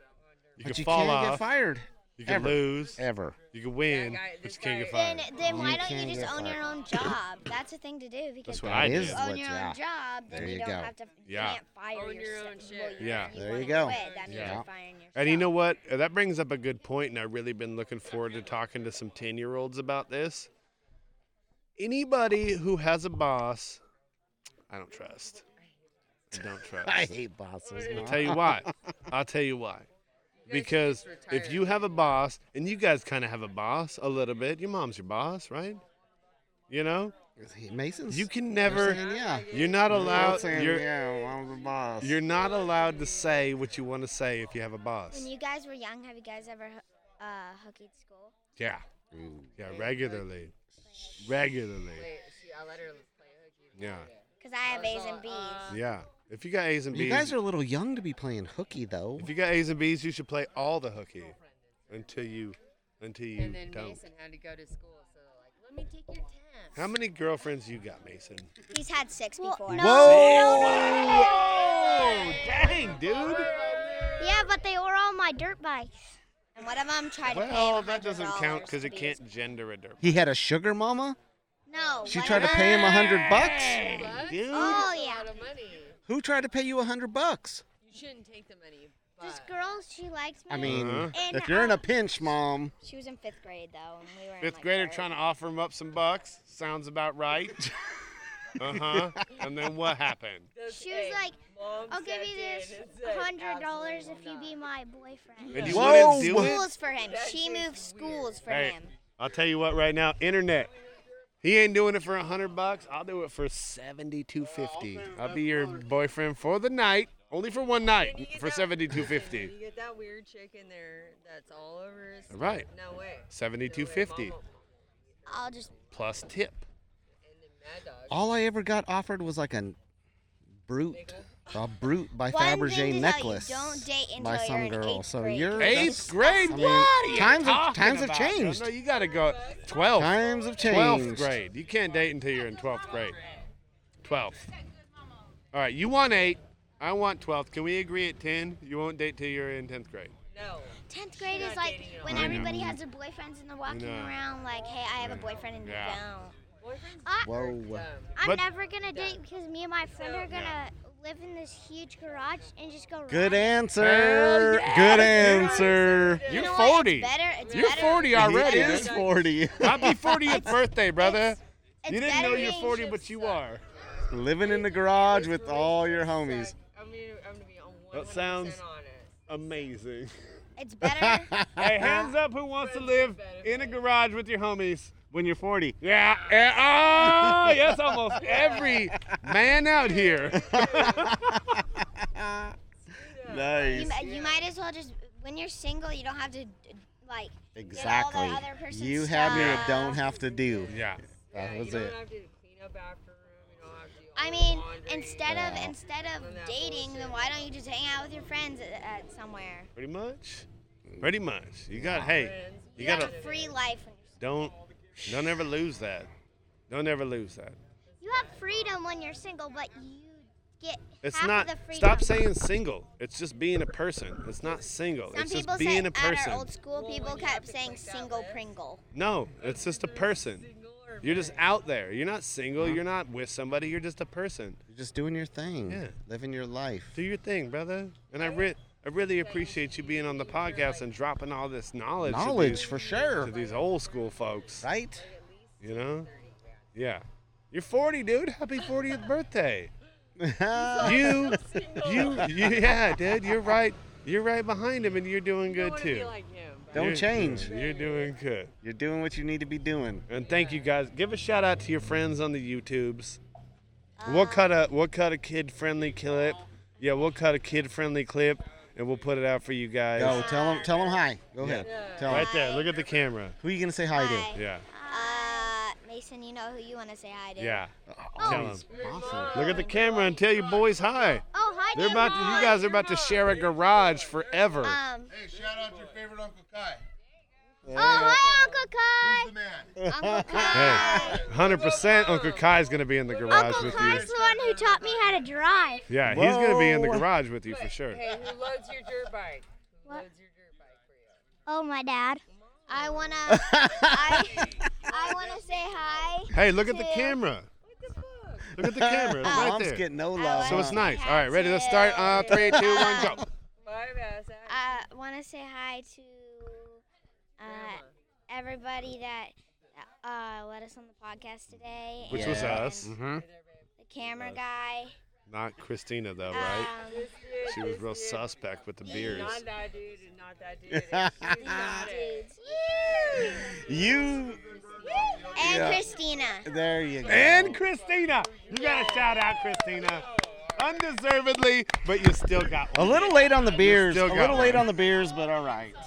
S1: You
S5: but
S1: could
S5: you
S1: fall
S5: can't
S1: off.
S5: get fired
S1: You could
S5: ever.
S1: lose.
S5: ever.
S1: You could win,
S2: guy-
S1: but
S2: this
S1: you can't get
S2: guy-
S1: fired.
S10: Then, then why
S5: You
S10: don't
S5: can't
S10: you
S5: get
S10: just own your
S5: fired.
S10: own job? That's a thing to do because
S1: That's what
S5: That
S1: I
S5: is
S1: did.
S10: if
S5: what-
S10: you own your
S5: yeah.
S10: own job, then
S5: There
S10: you,
S5: you
S10: don't
S5: go.
S10: have to.
S1: Yeah.
S10: You can't fire
S2: Own your
S10: yourself.
S2: own shit.
S10: you-
S1: Yeah.
S10: you
S5: There
S10: wanna
S5: you go.
S10: quit, that means
S1: Yeah.
S10: you're firing yourself.
S1: And you know what? Uh, That brings up a good point, and I've really been looking forward to talking to some 10 year olds about this. Anybody who has a boss, I don't trust. I don't trust.
S5: I hate bosses.
S1: I'll
S5: man.
S1: tell you why. I'll tell you why. Because if you have a boss, and you guys kind of have a boss a little bit, your mom's your boss, right? You know,
S5: He- Mason's.
S1: you can
S5: they're
S1: never.
S5: saying, yeah.
S1: You're not
S5: They're all
S1: allowed.
S5: saying,
S1: You're
S5: yeah, I'm the boss.
S1: you're not allowed to say what you want to say if you have a boss.
S10: When you guys were young, have you guys ever ho- uh, hookied school?
S1: Yeah,
S5: Ooh.
S1: yeah, regularly, regularly.
S2: Wait, she, I let her play hooky.
S1: Yeah,
S10: Because I have A's and B's.
S1: yeah. If you got A's and B's,
S5: You guys are a little young to be playing hooky, though.
S1: if you got A's and B's, you should play all the hooky until you until you
S2: And then
S1: don't.
S2: Mason had to go to school, so like, let me take your test.
S1: How many girlfriends you got, Mason?
S10: He's had six before. Oh!
S1: Oh! Whoa! Dang, dude.
S8: Yeah, but they were all my dirt bikes.
S10: And one of them tried to pay
S1: Well,
S10: him
S1: that doesn't count
S10: $100
S1: because
S10: to
S1: it
S10: be his-
S1: can't gender a derp.
S5: He had a sugar mama.
S10: No.
S5: She
S10: one
S5: tried to
S10: of-
S5: pay him a hundred bucks.
S2: What?
S1: Dude.
S10: Oh,
S2: That's a
S10: yeah.
S2: lot of money.
S5: Who tried to pay you a hundred bucks?
S2: You shouldn't take the money.
S8: This
S2: but-
S8: girl, she likes me.
S5: I mean,
S1: Uh-huh.
S10: And
S5: if you're in
S10: I-
S5: a pinch, mom.
S10: She was in fifth grade though, and we were. in,
S1: Fifth
S10: like,
S1: grader
S10: third.
S1: trying to offer him up some bucks. Sounds about right. uh huh. And then what happened?
S2: Those-
S8: She was
S2: hey,
S8: like,
S2: Mom
S8: I'll give
S2: said
S8: you this
S2: did. It's like,
S8: hundred dollars if
S2: absolutely
S8: you be
S2: not.
S8: my boyfriend.
S1: And you
S5: Whoa.
S1: wouldn't do it?
S10: Schools for him. She moved schools for
S1: Hey,
S10: him.
S1: I'll tell you what right now, internet. He ain't doing it for a hundred bucks. I'll do it for seventy-two fifty. I'll be your boyfriend for the night, only for one night, for seventy-two
S2: You
S1: fifty.
S2: get that weird chick in there that's all over his.
S1: Right.
S2: No way.
S1: Seventy-two
S2: No way. Mom
S1: fifty
S2: won't-
S10: I'll just.
S1: plus tip.
S2: And then Mad Dog.
S5: All I ever got offered was like a brute, a brute by
S10: One thing to tell
S5: Fabergé
S10: you,
S5: necklace
S10: don't date until
S5: by
S10: you're
S5: some
S10: in
S5: girl.
S10: eighth
S5: So
S10: grade.
S5: you're
S1: Eighth
S5: that's-
S1: grade?
S5: I mean,
S1: what? Are you
S5: times have-
S1: talking
S5: times have
S1: about, bro?
S5: changed.
S1: No, you gotta go. Twelve.
S5: Times have changed.
S1: 12th grade. You can't date until you're in 12th grade. 12th. All right, you want 8. I want 12th. Can we agree at 10? You won't date till you're in 10th grade.
S2: No.
S10: Tenth grade
S2: You're
S10: is
S2: not
S10: like
S2: dating at
S10: when
S1: all. I know.
S10: everybody has their boyfriends and they're walking
S1: know.
S10: around like, "Hey, I have a boyfriend," and
S1: Yeah.
S10: you don't. Uh,
S2: Boyfriend's
S8: I,
S5: Whoa.
S2: dumb.
S8: I'm
S1: But-
S8: never gonna date because me and my friend are gonna
S11: live in this huge garage and just go
S3: Good
S11: riding.
S3: answer. Good answer.
S4: You're
S10: know what?
S4: 40.
S10: It's better. It's
S4: You're
S10: better.
S4: 40 already.
S3: He is
S4: dude.
S3: 40.
S4: Happy 40th birthday, brother.
S10: It's
S4: you didn't
S10: better
S4: know you're
S10: being
S4: 40,
S10: shit
S4: but you
S2: suck.
S4: are.
S3: Living in the garage with all your homies.
S2: I mean, I'm gonna be on one
S1: That
S2: hundred
S1: sounds-
S2: percent honest.
S1: Amazing.
S10: It's better.
S1: hey, hands up who wants to live in a garage with your homies.
S3: When you're 40.
S1: Yeah. eh, Oh, yes, almost every man out here.
S10: you,
S3: Nice.
S10: mi- you might as well just when you're single, you don't have to d- like
S3: Exactly.
S10: Get all the other person's
S3: You have
S10: stuff.
S3: your don't have to do.
S1: Yeah.
S2: Yeah,
S3: That was
S2: you don't
S3: it.
S2: have to clean up after him. You don't have to. do all
S10: I
S2: the
S10: mean,
S2: laundry.
S10: instead
S3: Yeah.
S10: of instead of
S2: None of that
S10: dating, then
S2: bullshit.
S10: why don't you just hang out with your friends at, at somewhere?
S1: Pretty much. Pretty much. You got hey,
S2: Friends,
S1: you
S10: You have
S1: gotta
S10: a free life. When you're
S1: don't don't ever lose that. Don't ever lose that.
S11: You have freedom when you're single, but you get
S1: It's
S11: half
S1: not
S11: of the freedom.
S1: stop saying single. It's just being a person. It's not single.
S10: Some
S1: it's just
S10: people
S1: being
S10: say
S1: a
S10: at
S1: person.
S10: our old school, people kept saying single Pringle.
S1: No, it's just a person. You're just out there. You're not single. You're not with somebody. You're just a person.
S5: You're just doing your thing,
S1: Yeah.
S5: living your life.
S1: Do your thing, brother. And I re- I really appreciate you being on the podcast and dropping all this knowledge. to
S5: Knowledge
S1: these-
S5: for
S1: to
S5: sure,
S1: these old school folks.
S5: right?
S1: You know? Yeah. You're 40, dude. Happy 40th birthday. you, you, you, yeah, dude. You're right. You're right behind him, and you're doing
S2: You
S1: good
S2: don't wanna Be
S1: too.
S2: like him, but
S5: Don't
S1: You're-
S5: change.
S1: You're doing good.
S5: You're doing what you need to be doing.
S1: And thank you guys. Give a shout out to your friends on the YouTubes. We'll cut a we'll cut a kid friendly clip. Yeah, we'll cut a kid friendly clip, and we'll put it out for you guys.
S5: Go tell them, tell them hi. Go ahead. Tell them.
S1: Right there. Look at the camera.
S5: Who you gonna say hi to?
S10: Hi.
S1: Yeah.
S10: Uh, Mason, you know who you want to say hi to.
S1: Yeah.
S5: Oh,
S1: Tell 'em.
S5: he's awesome.
S1: Look at the camera and tell your boys hi.
S11: Oh, hi,
S1: They're
S11: Dad.
S1: about to, you guys are about to share a garage forever.
S10: Um,
S11: Oh, hi, Uncle Kai.
S10: Uncle Kai.
S1: Hey, 100% Uncle Kai's going to be in the garage
S11: Uncle
S1: with you.
S11: Kai's the one who taught me how to drive.
S1: Yeah, he's going to be in the
S5: Whoa.
S1: garage with you for sure.
S2: Hey, who loads your dirt bike? Who
S11: What?
S2: loads your dirt bike for you?
S11: Oh, my dad.
S10: I wanna, I, I wanna say hi.
S1: Hey, look at the camera. Look at the camera. It's right
S5: Mom's
S1: there.
S5: Oh, getting Oh. no love.
S1: So it's
S10: I
S1: nice.
S10: had
S1: All right, ready? Let's start.
S10: to-
S1: Uh, three, two, one, go.
S2: My best.
S10: I uh, wanna say hi to, uh,
S2: Grandma.
S10: everybody that, uh, let us on the podcast today.
S1: Which was
S10: and
S1: us.
S5: Mm-hmm.
S10: The camera guy.
S1: Not Christina, though, right?
S10: Um,
S1: She was real suspect with the beers.
S2: Not that dude and not that dude. She's not it.
S10: dudes.
S5: You.
S10: And
S5: Yeah.
S10: Christina.
S5: There you go.
S1: And Christina. You got to shout out Christina. Undeservedly, but you still got
S5: a
S1: one.
S5: little late on the beers. A
S1: still got
S5: little late
S1: one.
S5: on the beers, but all right.